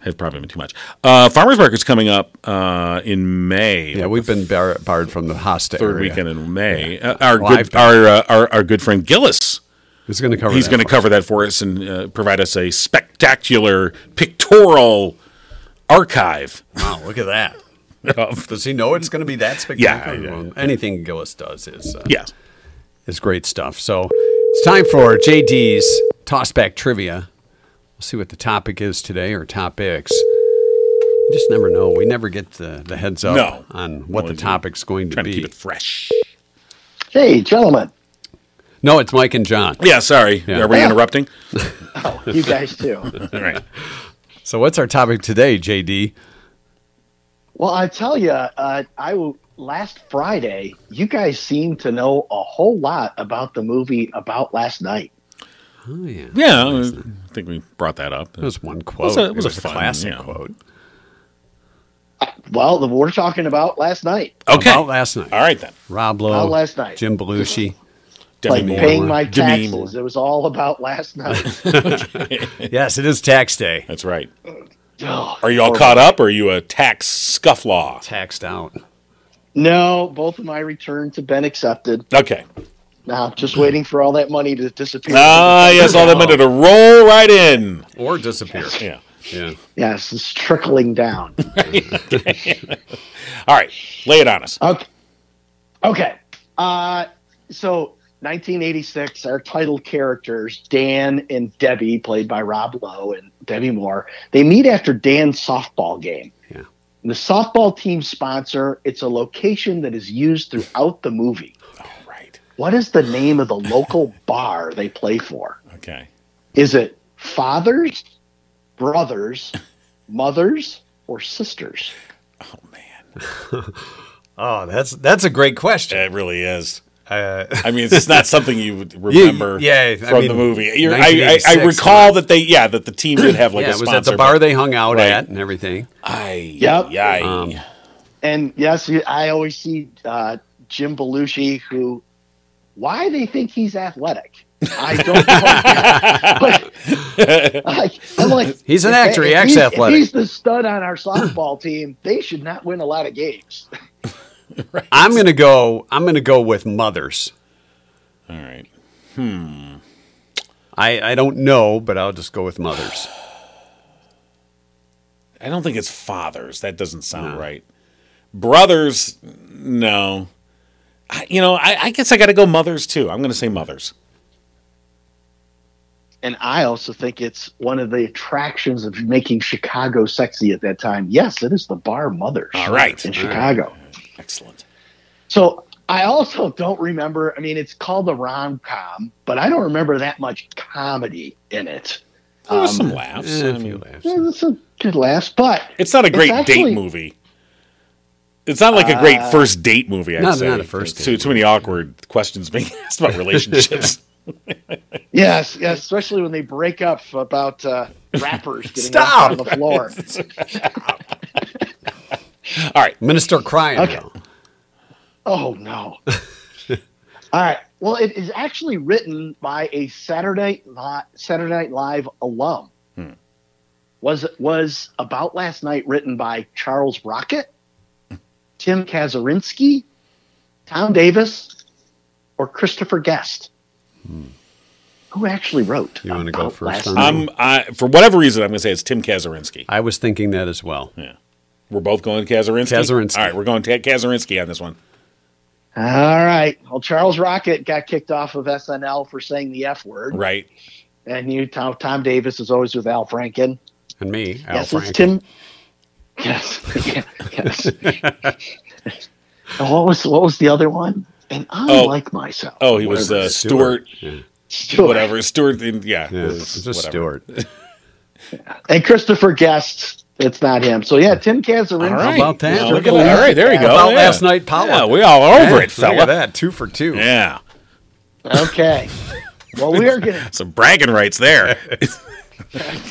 Speaker 3: have probably been too much. Uh, farmer's market's coming up uh, in May.
Speaker 2: Yeah, we've been bar- barred from the Hosta
Speaker 3: Third
Speaker 2: area.
Speaker 3: weekend in May. Uh, our,
Speaker 2: Well, I've
Speaker 3: good,
Speaker 2: been-
Speaker 3: our, uh, our, our good friend Gillis
Speaker 2: He's going to cover.
Speaker 3: he's
Speaker 2: that
Speaker 3: going to
Speaker 2: for us.
Speaker 3: cover that for us and uh, provide us a spectacular pictorial archive.
Speaker 2: Wow, Oh, look at that.
Speaker 3: of-
Speaker 2: Does he know it's going to be that spectacular?
Speaker 3: yeah.
Speaker 2: Well, anything Gillis does is uh,
Speaker 3: yeah.
Speaker 2: is great stuff. So it's time for JD's tossback trivia. We'll see what the topic is today or topics. You just never know. We never get the, the heads up
Speaker 3: No.
Speaker 2: on what
Speaker 3: Well,
Speaker 2: the topic's going to
Speaker 3: Trying to
Speaker 2: be.
Speaker 3: keep it fresh.
Speaker 4: Hey, gentlemen.
Speaker 2: no, it's Mike and John.
Speaker 3: Yeah, sorry. Are we
Speaker 4: Yeah.
Speaker 3: interrupting?
Speaker 4: You guys too.
Speaker 3: All right.
Speaker 2: So what's our topic today, JD?
Speaker 4: Well, I tell you, uh, I will. Last Friday, you guys seemed to know a whole lot about the movie about last night.
Speaker 2: Oh yeah, that
Speaker 3: Yeah, I think we brought that up.
Speaker 2: was one quote.
Speaker 3: was a- it was a fun,
Speaker 2: classic
Speaker 3: yeah.
Speaker 2: quote.
Speaker 4: Well, the, we're talking about last night.
Speaker 3: Okay.
Speaker 2: About last night.
Speaker 3: All right then.
Speaker 2: Rob Lowe,
Speaker 4: About last night.
Speaker 2: Jim Belushi.
Speaker 3: Demi
Speaker 4: like
Speaker 3: Moore.
Speaker 4: paying my
Speaker 3: Demi
Speaker 4: taxes.
Speaker 3: Moore.
Speaker 4: It was all about last night.
Speaker 2: Yes, it is tax day.
Speaker 3: That's right.
Speaker 4: Oh,
Speaker 3: Are you all
Speaker 4: horrible.
Speaker 3: caught up? Or are you a tax scufflaw?
Speaker 2: Taxed out.
Speaker 4: No, both of my returns have been accepted.
Speaker 3: Okay.
Speaker 4: Now, just waiting for all that money to disappear.
Speaker 3: Ah, yes, all that money to roll right in.
Speaker 2: or disappear.
Speaker 3: Yeah.
Speaker 2: Yeah.
Speaker 4: Yes, it's trickling down.
Speaker 3: All right, lay it on us.
Speaker 4: Okay. Okay. Uh, so 1986, our title characters, Dan and Debbie, played by Rob Lowe and Debbie Moore, they meet after Dan's softball game.
Speaker 2: Yeah.
Speaker 4: And the softball team sponsor, it's a location that is used throughout the movie.
Speaker 3: All right.
Speaker 4: What is the name of the local bar they play for?
Speaker 3: Okay.
Speaker 4: Is it fathers, brothers, mothers, or sisters?
Speaker 3: Oh man,
Speaker 2: Oh, that's that's a great question.
Speaker 3: it really is.
Speaker 2: Uh,
Speaker 3: I mean, it's not something you would remember
Speaker 2: yeah, I
Speaker 3: from
Speaker 2: mean,
Speaker 3: the movie. You're, I, I, I
Speaker 2: 1986,
Speaker 3: recall that they, yeah, that the team did have like
Speaker 2: yeah,
Speaker 3: a
Speaker 2: it was
Speaker 3: sponsor.
Speaker 2: at the bar they hung out
Speaker 3: Right.
Speaker 2: at and everything.
Speaker 3: I,
Speaker 4: Yep.
Speaker 3: I,
Speaker 2: Um,
Speaker 4: And yes, you- I always see uh, Jim Belushi, who, why they think he's athletic. I don't know. But, like, I'm like,
Speaker 2: He's an
Speaker 4: if-
Speaker 2: actor, he
Speaker 4: if
Speaker 2: acts
Speaker 4: he's-
Speaker 2: athletic.
Speaker 4: If he's the stud on our softball team. They should not win a lot of games.
Speaker 2: I'm gonna go. I'm gonna go with mothers.
Speaker 3: all right.
Speaker 2: I I don't know, but I'll just go with mothers.
Speaker 3: I don't think it's fathers. That doesn't sound right. Brothers, no. I, you know, I, I guess I got to go mothers too. I'm going to say mothers.
Speaker 4: And I also think it's one of the attractions of making Chicago sexy at that time. Yes, it is the bar mothers.
Speaker 3: All right.
Speaker 4: In Chicago.
Speaker 3: Excellent.
Speaker 4: So I also don't remember. I mean, it's called a rom com, but I don't remember that much comedy in it.
Speaker 3: There was
Speaker 4: Um,
Speaker 3: some laughs.
Speaker 2: Eh,
Speaker 3: I
Speaker 2: a few
Speaker 3: mean,
Speaker 2: laughs.
Speaker 4: Yeah, That's a good laugh, but
Speaker 3: it's not a great
Speaker 4: actually-
Speaker 3: date movie. It's not like a great first date movie. I'd
Speaker 2: Uh, not-
Speaker 3: say.
Speaker 2: not a first
Speaker 3: There's Too,
Speaker 2: date
Speaker 3: too many awkward questions being asked about relationships.
Speaker 4: yes, yes, especially when they break up about uh, rappers getting
Speaker 2: Stop!
Speaker 4: Stop! on the floor.
Speaker 3: All right.
Speaker 2: I'm gonna start crying.
Speaker 4: Okay.
Speaker 2: now.
Speaker 4: Oh no! All right. Well, it is actually written by a Saturday Li- Saturday Night Live alum.
Speaker 2: Hmm.
Speaker 4: Was was about last night written by Charles Rocket, Tim Kazurinsky, Tom Davis, or Christopher Guest? Who actually wrote?
Speaker 2: Hmm. You wanna go
Speaker 4: About
Speaker 2: first
Speaker 4: Last
Speaker 2: on
Speaker 4: Night?
Speaker 3: I'm I, for whatever reason I'm going to say it's Tim Kazurinsky.
Speaker 2: I was thinking that as well.
Speaker 3: We're both going Kazurinsky.
Speaker 2: Kazurinsky.
Speaker 3: All right, we're going Ted Kazurinsky on this one.
Speaker 4: All right. Well, Charles Rocket got kicked off of SNL for saying the F word,
Speaker 3: Right.
Speaker 4: and you Tom, Tom Davis is always with Al Franken.
Speaker 2: And me, Al
Speaker 4: Yes,
Speaker 2: Franken.
Speaker 4: it's Tim. Yes, yes. And what was what was the other one? And I
Speaker 3: Oh.
Speaker 4: like myself.
Speaker 3: Oh, he was uh, Stuart.
Speaker 2: Yeah.
Speaker 4: Stewart.
Speaker 3: Whatever. Stuart. in- Yeah.
Speaker 2: Yeah,
Speaker 3: this
Speaker 2: it's
Speaker 3: is
Speaker 2: just
Speaker 3: whatever.
Speaker 2: Stuart.
Speaker 4: And Christopher Guest. It's not him. So yeah, Tim Kazarinsky.
Speaker 3: All
Speaker 2: How
Speaker 3: right.
Speaker 2: about that?
Speaker 3: Yeah,
Speaker 2: Look at
Speaker 3: look at that.
Speaker 2: that.
Speaker 3: All right, there you go.
Speaker 2: About
Speaker 3: Oh, yeah.
Speaker 2: last night power.
Speaker 3: Yeah, we all over
Speaker 2: Yeah,
Speaker 3: it,
Speaker 2: Look at
Speaker 3: fella.
Speaker 2: that, two for two.
Speaker 3: Yeah.
Speaker 4: Okay. Well, we are gonna.
Speaker 3: Some bragging rights there.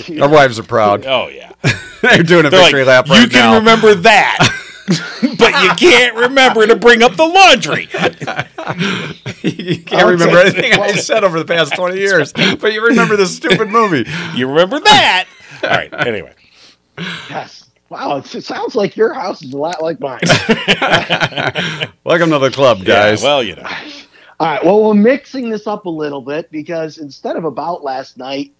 Speaker 2: Our wives are proud.
Speaker 3: oh yeah.
Speaker 2: They're doing a
Speaker 3: They're like,
Speaker 2: victory lap right
Speaker 3: you can
Speaker 2: now.
Speaker 3: remember that, but you can't remember to bring up the laundry.
Speaker 2: you can't remember anything I said over the past 20 years, but you remember this stupid movie.
Speaker 3: You remember that? All right. Anyway.
Speaker 4: Yes. Wow, it's, it sounds like your house is a lot like mine.
Speaker 2: Welcome to the club, guys.
Speaker 3: Yeah, well, you know.
Speaker 4: All right. Well, we're mixing this up a little bit because instead of about last night,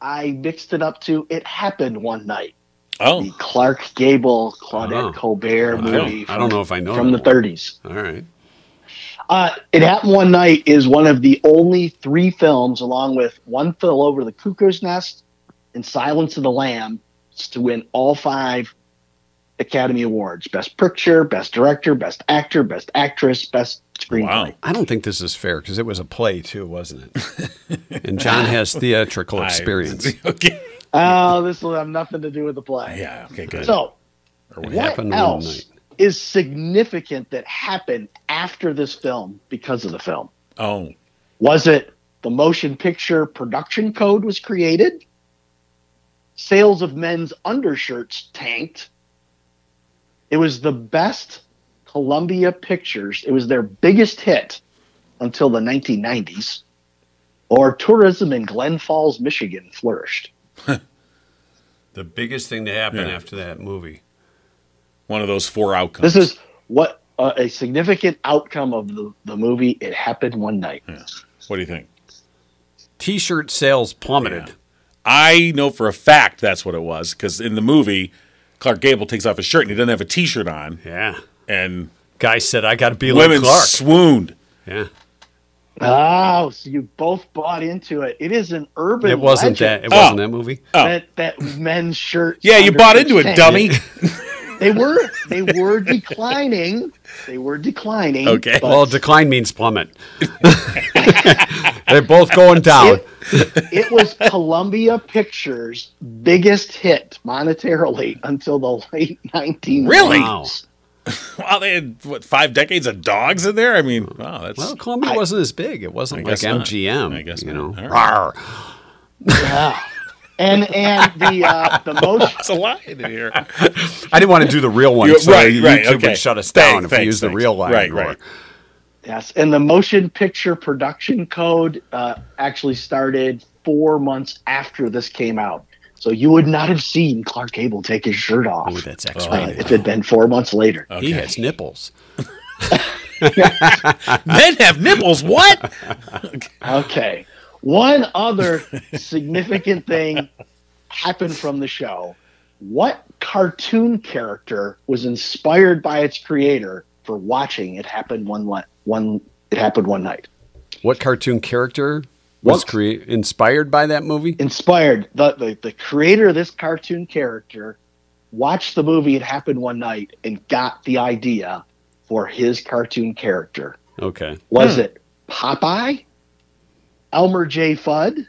Speaker 4: I mixed it up to it happened one night. the
Speaker 3: Oh.
Speaker 4: Clark Gable, Claudette
Speaker 2: Oh.
Speaker 4: Colbert
Speaker 2: I,
Speaker 4: movie.
Speaker 2: don't, I don't know if I know
Speaker 4: from the
Speaker 2: that one.
Speaker 4: 30s.
Speaker 2: All right.
Speaker 4: Uh, it Happened One Night is one of the only three films, along with One Fell Over the Cuckoo's Nest and Silence of the Lamb, to win all five Academy Awards Best Picture, Best Director, Best Actor, Best Actress, Best Screenplay.
Speaker 3: Wow.
Speaker 2: I don't think this is fair because it was a play too, wasn't it? and John has theatrical
Speaker 3: I-
Speaker 2: experience.
Speaker 3: okay.
Speaker 4: Oh, this will have nothing to do with the play.
Speaker 3: Yeah. Okay. Good.
Speaker 4: So,
Speaker 2: It
Speaker 4: what
Speaker 2: happened one
Speaker 4: else
Speaker 2: night.
Speaker 4: is significant that happened after this film because of the film?
Speaker 3: oh.
Speaker 4: Was it the motion picture production code was created? Sales of men's undershirts tanked. It was the best Columbia Pictures. It was their biggest hit until the 1990s. Or tourism in Glen Falls, Michigan flourished.
Speaker 2: The biggest thing to happen
Speaker 3: Yeah.
Speaker 2: after that movie.
Speaker 3: One of those four outcomes.
Speaker 4: This is what uh, a significant outcome of the, the movie. It happened one night.
Speaker 3: What do you think?
Speaker 2: T-shirt sales plummeted.
Speaker 3: Yeah. I know for a fact that's what it was because in the movie, Clark Gable takes off his shirt and he doesn't have a T-shirt on,
Speaker 2: Yeah.
Speaker 3: and
Speaker 2: Guy said, "I got to be
Speaker 3: women
Speaker 2: like Clark."
Speaker 3: swooned.
Speaker 2: yeah.
Speaker 4: Oh, so you both bought into it. It is an urban.
Speaker 2: It wasn't that.
Speaker 4: legend
Speaker 2: It wasn't that movie.
Speaker 4: that that men's shirt.
Speaker 3: Oh. Yeah, you bought into it, dummy.
Speaker 4: They were they were declining. They were declining.
Speaker 3: Okay.
Speaker 4: but
Speaker 2: Well, decline means plummet. They're both going down.
Speaker 4: it, it was Columbia Pictures' biggest hit monetarily until the late 1990s.
Speaker 3: Really?
Speaker 2: Wow.
Speaker 3: wow, they had what five decades of dogs in there. I mean, wow, that's
Speaker 2: Well, Columbia wasn't as big. It wasn't
Speaker 3: I
Speaker 2: like
Speaker 3: guess not.
Speaker 2: MGM.
Speaker 3: I guess
Speaker 2: you know.
Speaker 3: not. All
Speaker 2: Rawr.
Speaker 4: Yeah. And and the uh, the most
Speaker 3: that's a lie in here.
Speaker 2: I didn't want to do the real one,
Speaker 3: You-
Speaker 2: so
Speaker 3: right,
Speaker 2: YouTube
Speaker 3: right, okay.
Speaker 2: would shut us
Speaker 3: Thanks,
Speaker 2: down if
Speaker 3: thanks,
Speaker 2: we used the
Speaker 3: thanks.
Speaker 2: real line.
Speaker 3: Right,
Speaker 2: roar.
Speaker 3: right.
Speaker 4: yes, and the motion picture production code uh, actually started four months after this came out. So you would not have seen Clark Gable take his shirt off
Speaker 2: Oh, that's
Speaker 4: uh,
Speaker 2: X-rated.
Speaker 4: if it had been four months later.
Speaker 2: He has nipples.
Speaker 3: Men have nipples. What?
Speaker 4: Okay. One other significant thing happened from the show. What cartoon character was inspired by its creator for watching it happen one li- one it happened one night?
Speaker 2: What cartoon character was
Speaker 4: What?
Speaker 2: crea- inspired by that movie?
Speaker 4: Inspired the, the the creator of this cartoon character watched the movie it happened one night and got the idea for his cartoon character.
Speaker 2: Okay.
Speaker 4: Was
Speaker 3: Hmm.
Speaker 4: it Popeye, Elmer J. Fudd,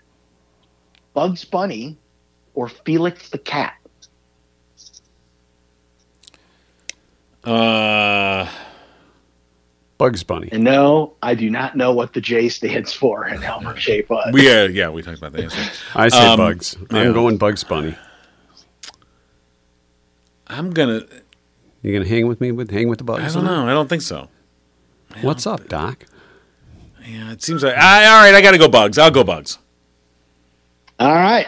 Speaker 4: Bugs Bunny, or Felix the Cat?
Speaker 3: Uh,
Speaker 2: Bugs Bunny.
Speaker 4: And no, I do not know what the J stands for in Elmer J. Fudd.
Speaker 3: we uh, yeah, we talked about that. yesterday.
Speaker 2: I say
Speaker 3: Um,
Speaker 2: Bugs.
Speaker 3: yeah.
Speaker 2: I'm going Bugs Bunny.
Speaker 3: I'm gonna.
Speaker 2: You gonna hang with me? With hang with the bugs?
Speaker 3: I don't
Speaker 2: on
Speaker 3: know. I don't think so.
Speaker 2: it? What's up, Doc?
Speaker 3: Yeah, it seems like. I, all right, I got to go bugs. I'll go bugs.
Speaker 4: All right.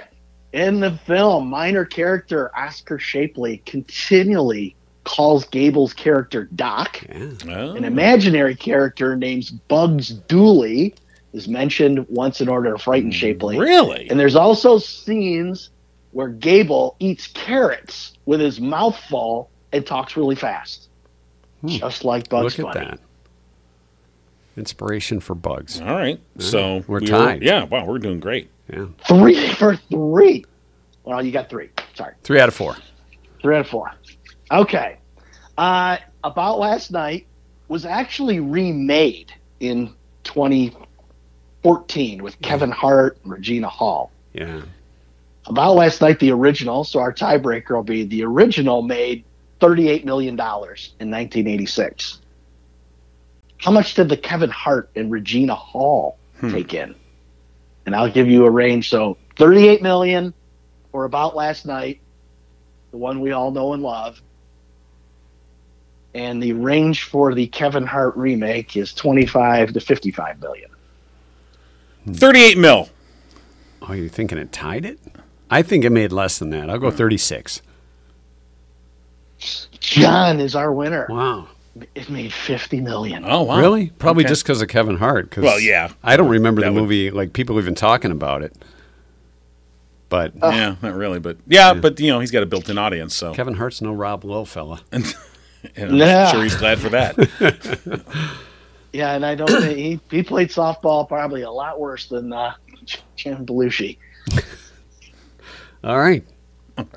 Speaker 4: In the film, minor character Oscar Shapley continually calls Gable's character Doc.
Speaker 2: Yeah.
Speaker 3: Oh.
Speaker 4: An imaginary character named Bugs Dooley is mentioned once in order to frighten Shapley.
Speaker 3: Mm, Really?
Speaker 4: And there's also scenes where Gable eats carrots with his mouth full and talks really fast, just like Bugs
Speaker 2: Hmm. Look at
Speaker 4: Bunny.
Speaker 2: that. Inspiration for Bugs.
Speaker 3: All right. So
Speaker 2: Mm-hmm. We're
Speaker 3: we
Speaker 2: tied.
Speaker 3: yeah. Wow, we're doing great.
Speaker 2: Yeah.
Speaker 4: Three for three. Well, you got three. Sorry,
Speaker 2: Three out of four.
Speaker 4: three out of four. Okay. Uh, About Last Night was actually remade in 2014
Speaker 2: Hmm.
Speaker 4: with Kevin Hart and Regina Hall.
Speaker 2: Yeah.
Speaker 4: About Last Night, the original. So our tiebreaker will be the original made $38 million in 1986. How much did the Kevin Hart and Regina Hall take in? And I'll give you a range. So 38 million or About Last Night, the one we all know and love. And the range for the Kevin Hart remake is 25 to 55 million.
Speaker 2: Hmm.
Speaker 3: Thirty-eight mil.
Speaker 2: Oh, you're thinking it tied it? I think it made less than that. I'll go 36.
Speaker 4: John is our winner.
Speaker 2: Wow.
Speaker 4: It made 50 million.
Speaker 3: Oh wow.
Speaker 2: Really? Probably
Speaker 3: Okay.
Speaker 2: just because of Kevin Hart. 'cause
Speaker 3: Well, yeah.
Speaker 2: I don't remember the
Speaker 3: That would-
Speaker 2: movie, like people even talking about it. But
Speaker 3: Yeah, not really, but yeah, but you know he's got a built-in audience, so
Speaker 2: Kevin Hart's no Rob Lowe fella.
Speaker 3: and I'm
Speaker 4: Yeah.
Speaker 3: sure he's glad for that.
Speaker 4: Yeah, and I don't think he, he played softball probably a lot worse than uh, Jim Belushi.
Speaker 2: All right.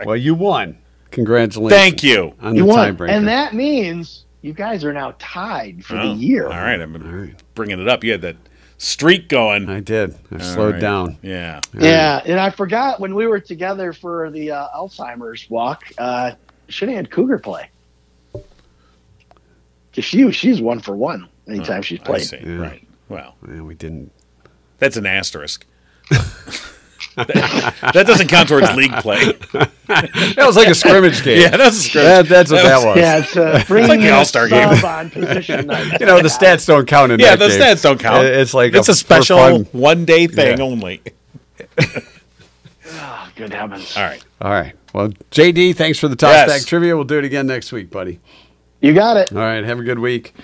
Speaker 2: Well, you won. Congratulations.
Speaker 3: Thank you.
Speaker 2: On
Speaker 4: You
Speaker 2: the
Speaker 4: won.
Speaker 2: tiebreaker.
Speaker 4: And that means you guys are now tied for
Speaker 3: Oh,
Speaker 4: the year.
Speaker 3: All right, I've been
Speaker 2: right.
Speaker 3: bringing it up. You had that streak going.
Speaker 2: I did. I
Speaker 3: All
Speaker 2: slowed
Speaker 3: right.
Speaker 2: down.
Speaker 3: Yeah.
Speaker 4: Yeah, and I forgot when we were together for the uh, Alzheimer's walk, uh, should have had Cougar play. Because she, she's one for one anytime she's
Speaker 3: Oh, I
Speaker 4: played.
Speaker 3: see.
Speaker 2: Yeah.
Speaker 3: Right. Well,
Speaker 2: Yeah, we didn't.
Speaker 3: that's an asterisk. that, that doesn't count towards league play.
Speaker 2: That was like a scrimmage game.
Speaker 3: Yeah, that's a
Speaker 2: That-
Speaker 3: scrimmage.
Speaker 2: that's what that was.
Speaker 4: Yeah, it's uh, bringing
Speaker 3: like the
Speaker 4: in a
Speaker 3: All-Star game.
Speaker 4: sub on position night. Ah,
Speaker 2: You know, the stats don't count in
Speaker 3: Yeah,
Speaker 2: that
Speaker 3: the
Speaker 2: game.
Speaker 3: stats don't count.
Speaker 2: It- It's like
Speaker 3: it's a,
Speaker 2: for
Speaker 3: special
Speaker 2: fun.
Speaker 3: one-day thing
Speaker 2: Yeah.
Speaker 3: only.
Speaker 4: Oh, good heavens.
Speaker 3: All right.
Speaker 2: All right. Well, JD, thanks for the toss
Speaker 3: Yes.
Speaker 2: back trivia. We'll do it again next week, buddy.
Speaker 4: You got it.
Speaker 2: All right. Have a good week.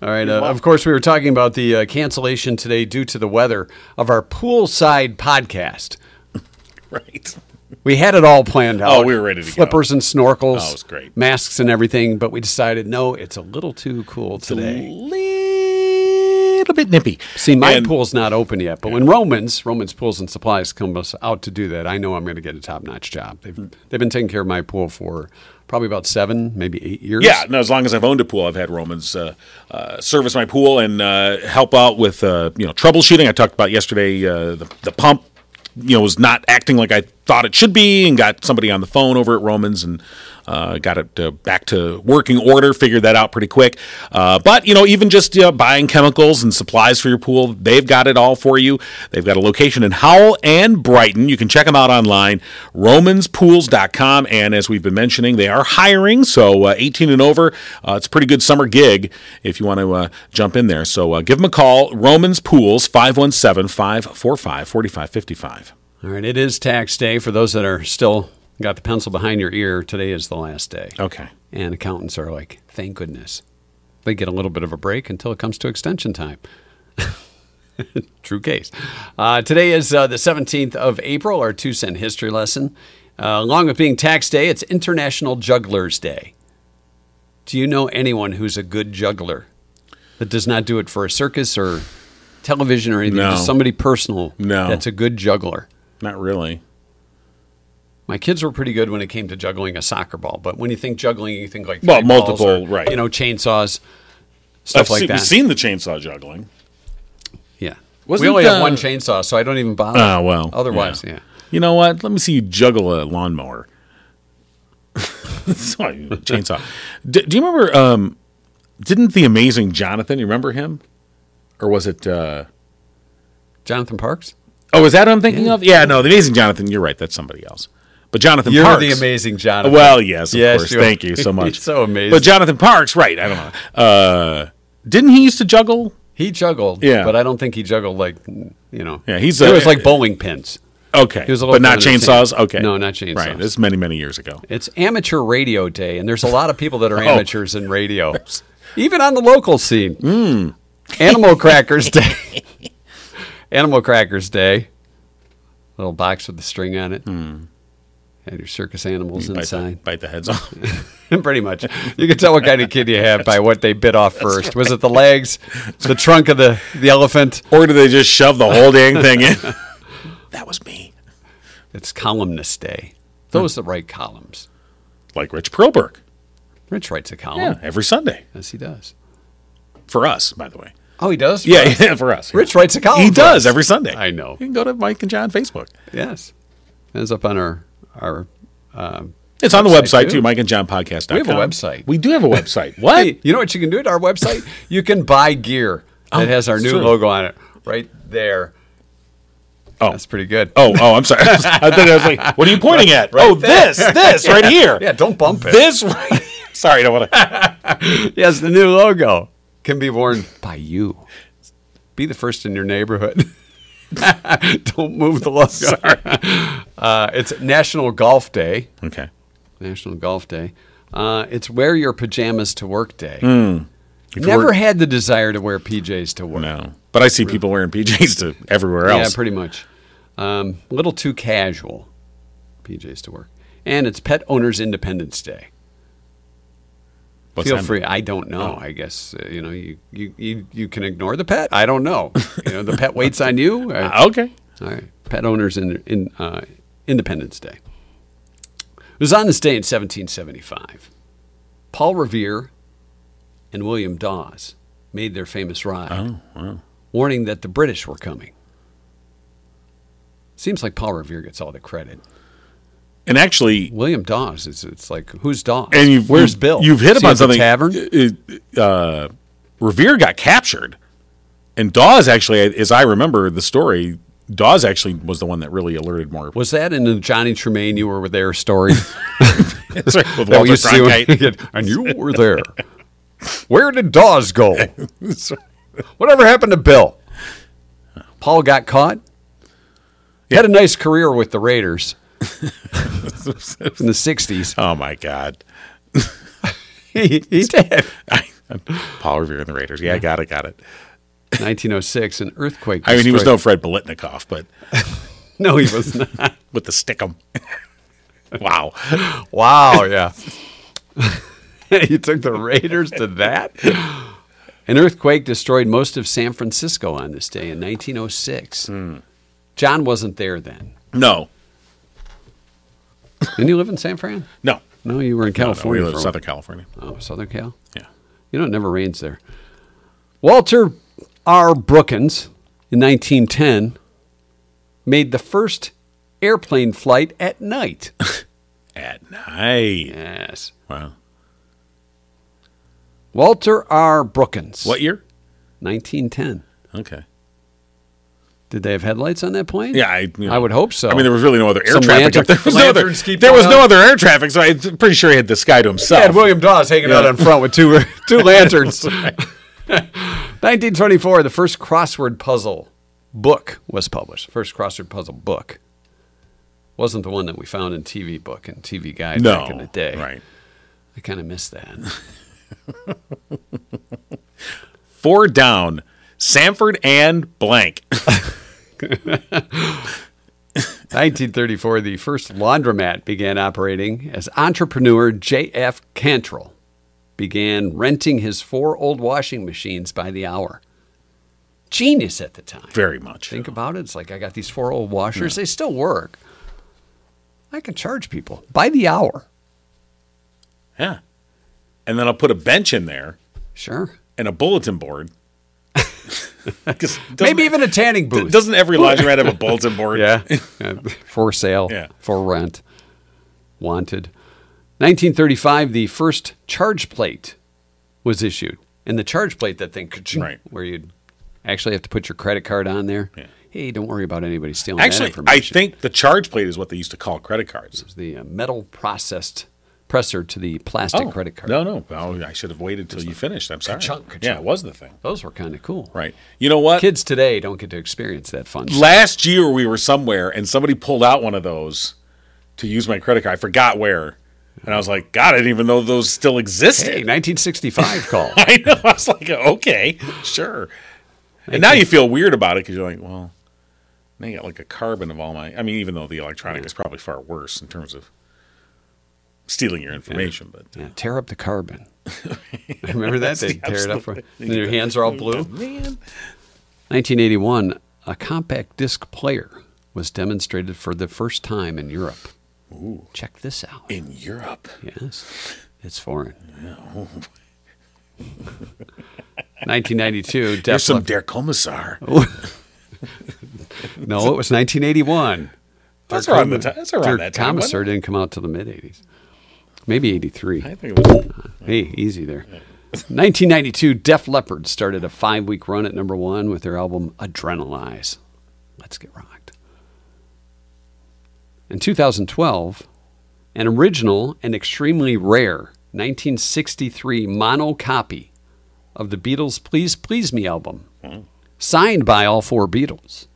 Speaker 2: All right. Uh, of course, we were talking about the uh, cancellation today due to the weather of our poolside podcast.
Speaker 3: Right.
Speaker 2: We had it all planned out.
Speaker 3: Oh, we were ready to go.
Speaker 2: Flippers and snorkels.
Speaker 3: Oh, it was great.
Speaker 2: Masks and everything, but we decided no, it's a little too cool today.
Speaker 3: Little bit nippy.
Speaker 2: See, my
Speaker 3: And-
Speaker 2: pool's not open yet, but when Romans, Romans Pools and Supplies comes out to do that, I know I'm going to get a top-notch job. They've they've been taking care of my pool for probably about seven, maybe eight years.
Speaker 3: Yeah, no. As long as I've owned a pool, I've had Romans uh, uh, service my pool and uh, help out with uh, you know troubleshooting. I talked about yesterday uh, the the pump, you know, was not acting like I thought it should be, and got somebody on the phone over at Romans and uh, got it uh, back to working order. Figured that out pretty quick. Uh, but you know, even just you know, buying chemicals and supplies for your pool, they've got it all for you. They've got a location in Howell and Brighton. You can check them out online, romanspools.com. And as we've been mentioning, they are hiring. So uh, 18 and over, uh, it's a pretty good summer gig if you want to uh, jump in there. So uh, give them a call, Romans Pools, 517 545 4555.
Speaker 2: All right, it is tax day for those that are still got the pencil behind your ear. Today is the last day.
Speaker 3: Okay.
Speaker 2: And accountants are like, thank goodness. They get a little bit of a break until it comes to extension time. True case. Uh, today is uh, the 17th of April, our two cent history lesson. Uh, along with being tax day, it's International Jugglers Day. Do you know anyone who's a good juggler that does not do it for a circus or television or anything?
Speaker 3: No.
Speaker 2: Just somebody personal
Speaker 3: No.
Speaker 2: that's a good juggler.
Speaker 3: Not really.
Speaker 2: My kids were pretty good when it came to juggling a soccer ball, but when you think juggling, you think like
Speaker 3: Well,
Speaker 2: three balls
Speaker 3: multiple,
Speaker 2: or,
Speaker 3: right.
Speaker 2: You know, chainsaws, stuff
Speaker 3: I've
Speaker 2: like
Speaker 3: se-
Speaker 2: that.
Speaker 3: We've seen the chainsaw juggling.
Speaker 2: yeah,
Speaker 3: Wasn't,
Speaker 2: we only
Speaker 3: uh,
Speaker 2: have one chainsaw, so I don't even bother.
Speaker 3: Ah, well,
Speaker 2: Otherwise,
Speaker 3: yeah.
Speaker 2: yeah.
Speaker 3: You know what? Let me see you juggle a lawnmower. Sorry, chainsaw. D- do you remember? Um, didn't the amazing Jonathan? You remember him, or was it? Uh,
Speaker 2: Jonathan Parks.
Speaker 3: oh, is that what I'm thinking of? Yeah, no, the amazing Jonathan. You're right. That's somebody else. But Jonathan
Speaker 2: You're
Speaker 3: Parks.
Speaker 2: the amazing Jonathan.
Speaker 3: Well, yes, of
Speaker 2: Yes,
Speaker 3: course.
Speaker 2: you are.
Speaker 3: Thank you so much.
Speaker 2: He's so amazing.
Speaker 3: But Jonathan Parks, right? I don't know. Uh, didn't he used to juggle?
Speaker 2: he juggled.
Speaker 3: Yeah.
Speaker 2: but I don't think he juggled like you know.
Speaker 3: Yeah, he's
Speaker 2: it
Speaker 3: a-
Speaker 2: was like bowling pins.
Speaker 3: Okay,
Speaker 2: was a little
Speaker 3: but not
Speaker 2: bit of the same.
Speaker 3: chainsaws. Okay,
Speaker 2: No, not
Speaker 3: Right,
Speaker 2: chainsaws.
Speaker 3: this is many many years ago.
Speaker 2: It's amateur radio day, and there's a lot of people that are
Speaker 3: Oh.
Speaker 2: amateurs in radio, even on the local scene.
Speaker 3: Hmm.
Speaker 2: Animal Crackers Day. Animal Crackers Day. Little box with the string on it.
Speaker 3: Hmm.
Speaker 2: Had your circus animals
Speaker 3: Bite the,
Speaker 2: inside.
Speaker 3: bite the heads off.
Speaker 2: Pretty much. You can tell what kind of kid you have by what they bit off first. Was it the legs, the trunk of the, the elephant?
Speaker 3: Or do they just shove the whole dang thing in? that was me.
Speaker 2: It's Columnist Day.
Speaker 3: Hmm.
Speaker 2: Those that write columns.
Speaker 3: Like Rich Perlberg.
Speaker 2: Rich writes a column.
Speaker 3: Yeah, every Sunday.
Speaker 2: Yes, he does.
Speaker 3: For us, by the way.
Speaker 2: Oh, he does?
Speaker 3: Yeah, yeah for us. yeah.
Speaker 2: Rich writes a column.
Speaker 3: He
Speaker 2: for
Speaker 3: does
Speaker 2: us.
Speaker 3: every Sunday.
Speaker 2: I know.
Speaker 3: You can go to Mike and John Facebook.
Speaker 2: Yes, that's up on our our. Um,
Speaker 3: It's on the website,
Speaker 2: too.
Speaker 3: too, mikeandjohnpodcast.com.
Speaker 2: We have a website.
Speaker 3: We do have a website. what?
Speaker 2: hey, you know what you can do at our website? you can buy gear that has our
Speaker 3: that's
Speaker 2: new
Speaker 3: Oh, true.
Speaker 2: logo on it right there.
Speaker 3: Oh.
Speaker 2: that's pretty good.
Speaker 3: Oh, oh, I'm sorry. I thought I was like, what are you pointing at? oh, this, this, right here.
Speaker 2: yeah, don't bump it.
Speaker 3: This right Sorry, I don't want to.
Speaker 2: yes, the new logo can be worn by you. Be the first in your neighborhood. don't move the logo. Uh, it's National Golf Day.
Speaker 3: Okay.
Speaker 2: National Golf Day. Uh, it's wear your pajamas to work day.
Speaker 3: Hmm. If you
Speaker 2: Never
Speaker 3: were-
Speaker 2: had the desire to wear PJs to work.
Speaker 3: No. But I see people wearing PJs to everywhere
Speaker 2: Yeah,
Speaker 3: else.
Speaker 2: pretty much. Um, a little too casual, PJs to work. And it's Pet Owners Independence Day.
Speaker 3: What's
Speaker 2: Feel
Speaker 3: that mean? Oh.
Speaker 2: free. I don't know. I guess uh, you know you, you you you can ignore the pet. I don't know. You know the pet waits on you. Uh,
Speaker 3: Ah, Okay.
Speaker 2: all right. Pet Owners in, in, uh, Independence Day. It was on this day in 1775. Paul Revere and William Dawes made their famous ride,
Speaker 3: Oh,
Speaker 2: warning that the British were coming. Seems like Paul Revere gets all the credit.
Speaker 3: And actually,
Speaker 2: William Dawes is it's like who's Dawes?
Speaker 3: and you've
Speaker 2: where's
Speaker 3: you've-
Speaker 2: Bill?
Speaker 3: You've hit
Speaker 2: Is he
Speaker 3: upon
Speaker 2: at the
Speaker 3: something.
Speaker 2: tavern.
Speaker 3: Uh, uh, Revere got captured, and Dawes actually, as I remember the story, Dawes actually was the one that really alerted more.
Speaker 2: Was that in the Johnny Tremaine you were there story?
Speaker 3: That's right,
Speaker 2: that
Speaker 3: with
Speaker 2: we
Speaker 3: Walter
Speaker 2: used to do when-
Speaker 3: Cronkite.
Speaker 2: and you were there. Where did Dawes go? Whatever happened to Bill? Paul got caught. He had a nice career with the Raiders in the 60s.
Speaker 3: oh my God!
Speaker 2: he, he did.
Speaker 3: Paul Revere and the Raiders. Yeah, I got it, got it.
Speaker 2: 1906, an earthquake.
Speaker 3: I mean, he was no
Speaker 2: destroyed-
Speaker 3: Fred Bolitnikoff, but
Speaker 2: no, he was not.
Speaker 3: with the stickum. wow.
Speaker 2: Wow, yeah. you took the Raiders to that? An earthquake destroyed most of San Francisco on this day in 1906.
Speaker 3: Hmm.
Speaker 2: John wasn't there then.
Speaker 3: No,
Speaker 2: Didn't you live in San Fran?
Speaker 3: no,
Speaker 2: No, you were in California.
Speaker 3: California, no, we live in
Speaker 2: for a-
Speaker 3: Southern California.
Speaker 2: Oh, Southern Cal.
Speaker 3: Yeah,
Speaker 2: You know, it never rains there. Walter R. Brookins in 1910 made the first airplane flight at night.
Speaker 3: at night.
Speaker 2: yes.
Speaker 3: Wow.
Speaker 2: Walter R. Brookins.
Speaker 3: What year?
Speaker 2: 1910.
Speaker 3: Okay.
Speaker 2: Did they have headlights on that plane?
Speaker 3: Yeah, I, you know,
Speaker 2: I would hope so.
Speaker 3: I mean, there was really no other air
Speaker 2: Some
Speaker 3: traffic.
Speaker 2: lantern-
Speaker 3: There was, no other,
Speaker 2: lanterns keep
Speaker 3: there was
Speaker 2: going
Speaker 3: no
Speaker 2: up.
Speaker 3: other air traffic, so I'm pretty sure he had the sky to
Speaker 2: He
Speaker 3: himself.
Speaker 2: had William Dawes hanging out in front with two two lanterns. 1924, the first crossword puzzle book was published. First crossword puzzle book wasn't the one that we found in TV book and TV guide
Speaker 3: no,
Speaker 2: back in the day.
Speaker 3: right?
Speaker 2: I kind of miss that.
Speaker 3: Four down. Sanford and blank.
Speaker 2: 1934, the first laundromat began operating as entrepreneur J.F. Cantrell began renting his four old washing machines by the hour. Genius at the time.
Speaker 3: Very much.
Speaker 2: think about it. It's like I got these four old washers. They still work. I can charge people by the hour.
Speaker 3: Yeah. And then I'll put a bench in there
Speaker 2: Sure.
Speaker 3: and a bulletin board. 'Cause doesn't-
Speaker 2: Maybe even a tanning booth.
Speaker 3: Doesn't every laundromat have a bulletin board?
Speaker 2: yeah. for sale.
Speaker 3: Yeah.
Speaker 2: For rent. Wanted. 1935, the first charge plate was issued. And the charge plate, that thing, ka-ching,
Speaker 3: Right.
Speaker 2: where you'd actually have to put your credit card on there. Hey, don't worry about anybody stealing that
Speaker 3: Actually, I
Speaker 2: information.
Speaker 3: think the charge plate is what they used to call credit cards.
Speaker 2: the uh, metal processed presser to the plastic credit card.
Speaker 3: Oh, No, no. Oh, I should have waited till you finished. I'm sorry.
Speaker 2: Ka-chunk, ka-chunk.
Speaker 3: Yeah, it was the thing.
Speaker 2: Those were kind of cool.
Speaker 3: Right. You know what?
Speaker 2: Kids today don't get to experience that fun. stuff.
Speaker 3: Last year we were somewhere and somebody pulled out one of those to use my credit card. I forgot where. And I was like, God, I didn't even know those still existed.
Speaker 2: Hey, 1965 call.
Speaker 3: I know. I was like, okay, sure. And now you feel weird about it because you're like, well, now you got like a carbon of all my. I mean, even though the electronic is probably far worse in terms of stealing your information, but
Speaker 2: Yeah, tear up the carbon. Remember that? They
Speaker 3: That's the
Speaker 2: tear it up.
Speaker 3: absolute- Oh,
Speaker 2: and your hands are all blue.
Speaker 3: man,
Speaker 2: 1981, a compact disc player was demonstrated for the first time in Europe. Check this out.
Speaker 3: in Europe,
Speaker 2: Yes, it's foreign. 1992, Def
Speaker 3: there's some
Speaker 2: Leppard-
Speaker 3: Der Kommissar.
Speaker 2: No, it was 1981.
Speaker 3: That's
Speaker 2: Der
Speaker 3: around the
Speaker 2: Kommi-
Speaker 3: ti- that's around
Speaker 2: Der
Speaker 3: that time, wasn't
Speaker 2: Kommissar didn't come out till the mid 80s. Maybe 83.
Speaker 3: I think it was.
Speaker 2: Hey, easy there. 1992, Def Leppard started a five week run at number one with their album Adrenalize. Let's get rocked. In 2012, an original and extremely rare 1963 mono copy of the Beatles' Please Please Me album, signed by all four Beatles,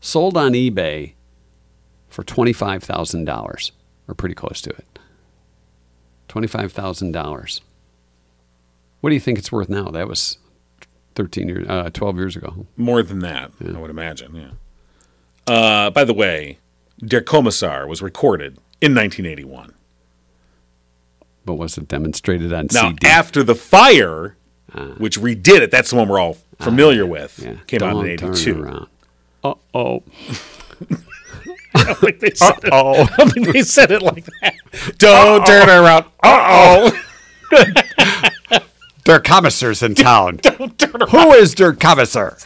Speaker 2: sold on eBay for $25,000, or pretty close to it. $25,000. What do you think it's worth now? That was 13 years, uh, 12 years ago.
Speaker 3: More than that, I would imagine. Yeah. Uh, by the way, Der Kommissar was recorded in 1981.
Speaker 2: But was it demonstrated on
Speaker 3: Now,
Speaker 2: CD?
Speaker 3: after the fire, which redid it, that's the one we're all familiar with.
Speaker 2: Ah. Yeah.
Speaker 3: Came out
Speaker 2: Don't
Speaker 3: in
Speaker 2: turn
Speaker 3: '82.
Speaker 2: around. Uh-oh.
Speaker 3: Like they said it- I don't think they said it like that. Don't turn around. Uh oh.
Speaker 2: Der Commissar's in town. Who is Der Commissar?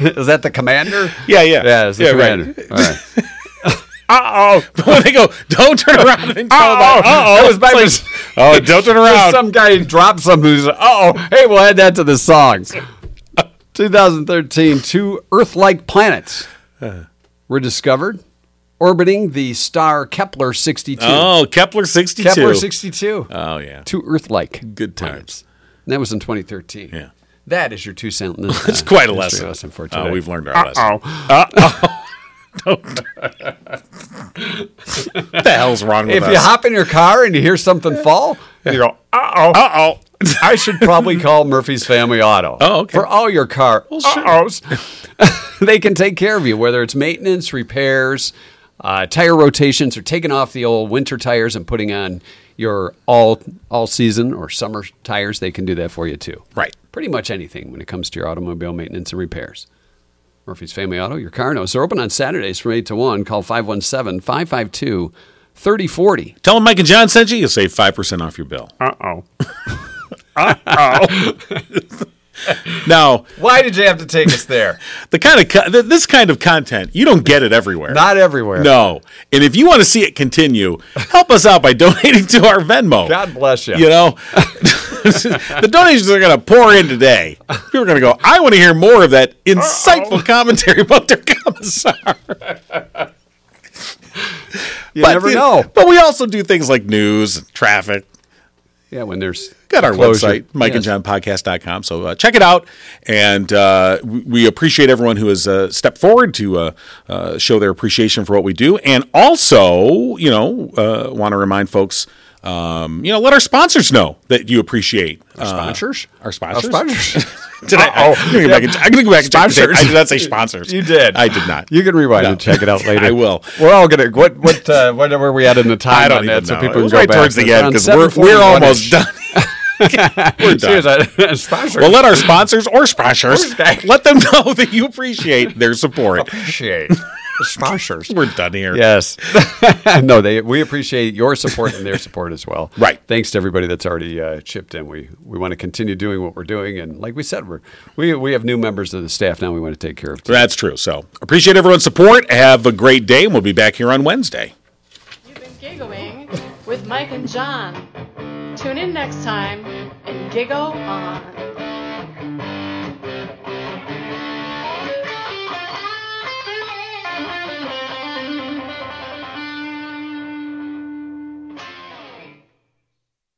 Speaker 2: is that the commander?
Speaker 3: Yeah, yeah,
Speaker 2: Yeah, it's the
Speaker 3: yeah.
Speaker 2: commander. All right.
Speaker 3: Uh oh. when they go, don't turn around. And then tell
Speaker 2: oh,
Speaker 3: them,
Speaker 2: that was my mis-
Speaker 3: oh, don't turn
Speaker 2: There's
Speaker 3: around.
Speaker 2: Some guy dropped something. Who's oh, hey, we'll add that to the songs. 2013, two Earth-like planets
Speaker 3: Uh.
Speaker 2: were discovered orbiting the star Kepler 62.
Speaker 3: oh, Kepler 62.
Speaker 2: Kepler 62.
Speaker 3: Oh yeah.
Speaker 2: two Earth-like.
Speaker 3: Good
Speaker 2: planets. And that was in 2013.
Speaker 3: Yeah.
Speaker 2: That is your two sentence.
Speaker 3: It's quite a lesson.
Speaker 2: lesson for
Speaker 3: Uh,
Speaker 2: today. Oh,
Speaker 3: we've learned our lesson. what the hell's wrong with
Speaker 2: If
Speaker 3: us?
Speaker 2: you hop in your car and you hear something fall,
Speaker 3: You go,
Speaker 2: Uh oh.
Speaker 3: uh oh.
Speaker 2: I should probably call Murphy's Family Auto.
Speaker 3: Oh, okay.
Speaker 2: For all your car
Speaker 3: sure.
Speaker 2: uh-ohs. they can take care of you, whether it's maintenance, repairs, uh, tire rotations, or taking off the old winter tires and putting on your all all season or summer tires. They can do that for you too.
Speaker 3: Right.
Speaker 2: Pretty much anything when it comes to your automobile maintenance and repairs. Murphy's Family Auto, your car knows. They're open on Saturdays from 8 to 1. Call 517 552 3040.
Speaker 3: Tell them Mike and John sent you. You'll save 5% off your bill. Uh oh. now,
Speaker 2: Why did you have to take us there?
Speaker 3: the kind of co- th- this kind of content, you don't get it everywhere.
Speaker 2: Not everywhere.
Speaker 3: no. And if you want to see it continue, help us out by donating to our Venmo.
Speaker 2: God bless you.
Speaker 3: You know, the donations are going to pour in today. People are going to go, I want to hear more of that insightful commentary about their commissar.
Speaker 2: You never know.
Speaker 3: But we also do things like news, traffic,
Speaker 2: Yeah, when there's
Speaker 3: got our
Speaker 2: closure.
Speaker 3: website
Speaker 2: Yes.
Speaker 3: mikeandjohnpodcast.com so uh, check it out and uh, we- we appreciate everyone who has uh, stepped forward to uh, uh, show their appreciation for what we do and also you know uh, want to remind folks um, you know let our sponsors know that you appreciate uh,
Speaker 2: sponsors.
Speaker 3: our sponsors
Speaker 2: Our sponsors.
Speaker 3: did I,
Speaker 2: Uh-oh.
Speaker 3: I'm gonna go back and, I'm gonna go back and check the tape.
Speaker 2: Sponsors.
Speaker 3: I did not say sponsors
Speaker 2: You did.
Speaker 3: I did not
Speaker 2: you can rewind
Speaker 3: No.
Speaker 2: and check it out later.
Speaker 3: I will.
Speaker 2: We're all gonna what what uh, what were we at in the time
Speaker 3: I don't
Speaker 2: on
Speaker 3: even
Speaker 2: that? So
Speaker 3: know.
Speaker 2: people
Speaker 3: It
Speaker 2: can
Speaker 3: was
Speaker 2: go
Speaker 3: right
Speaker 2: back
Speaker 3: towards
Speaker 2: to-
Speaker 3: the end
Speaker 2: on
Speaker 3: because we're, we're
Speaker 2: 741
Speaker 3: almost done we're done
Speaker 2: Seriously, sponsors.
Speaker 3: Well, let our sponsors or sponsors
Speaker 2: Okay.
Speaker 3: let them know that you appreciate their support.
Speaker 2: appreciate the sponsors.
Speaker 3: We're done here.
Speaker 2: Yes. no, they we appreciate your support and their support as well.
Speaker 3: Right.
Speaker 2: Thanks to everybody that's already uh, chipped in. We we want to continue doing what we're doing, and like we said, we're we we have new members of the staff now. We want to take care of. too.
Speaker 3: That's true. So appreciate everyone's support. Have a great day, and we'll be back here on Wednesday.
Speaker 5: You've been giggling with Mike and John. Tune in next time and giggle on.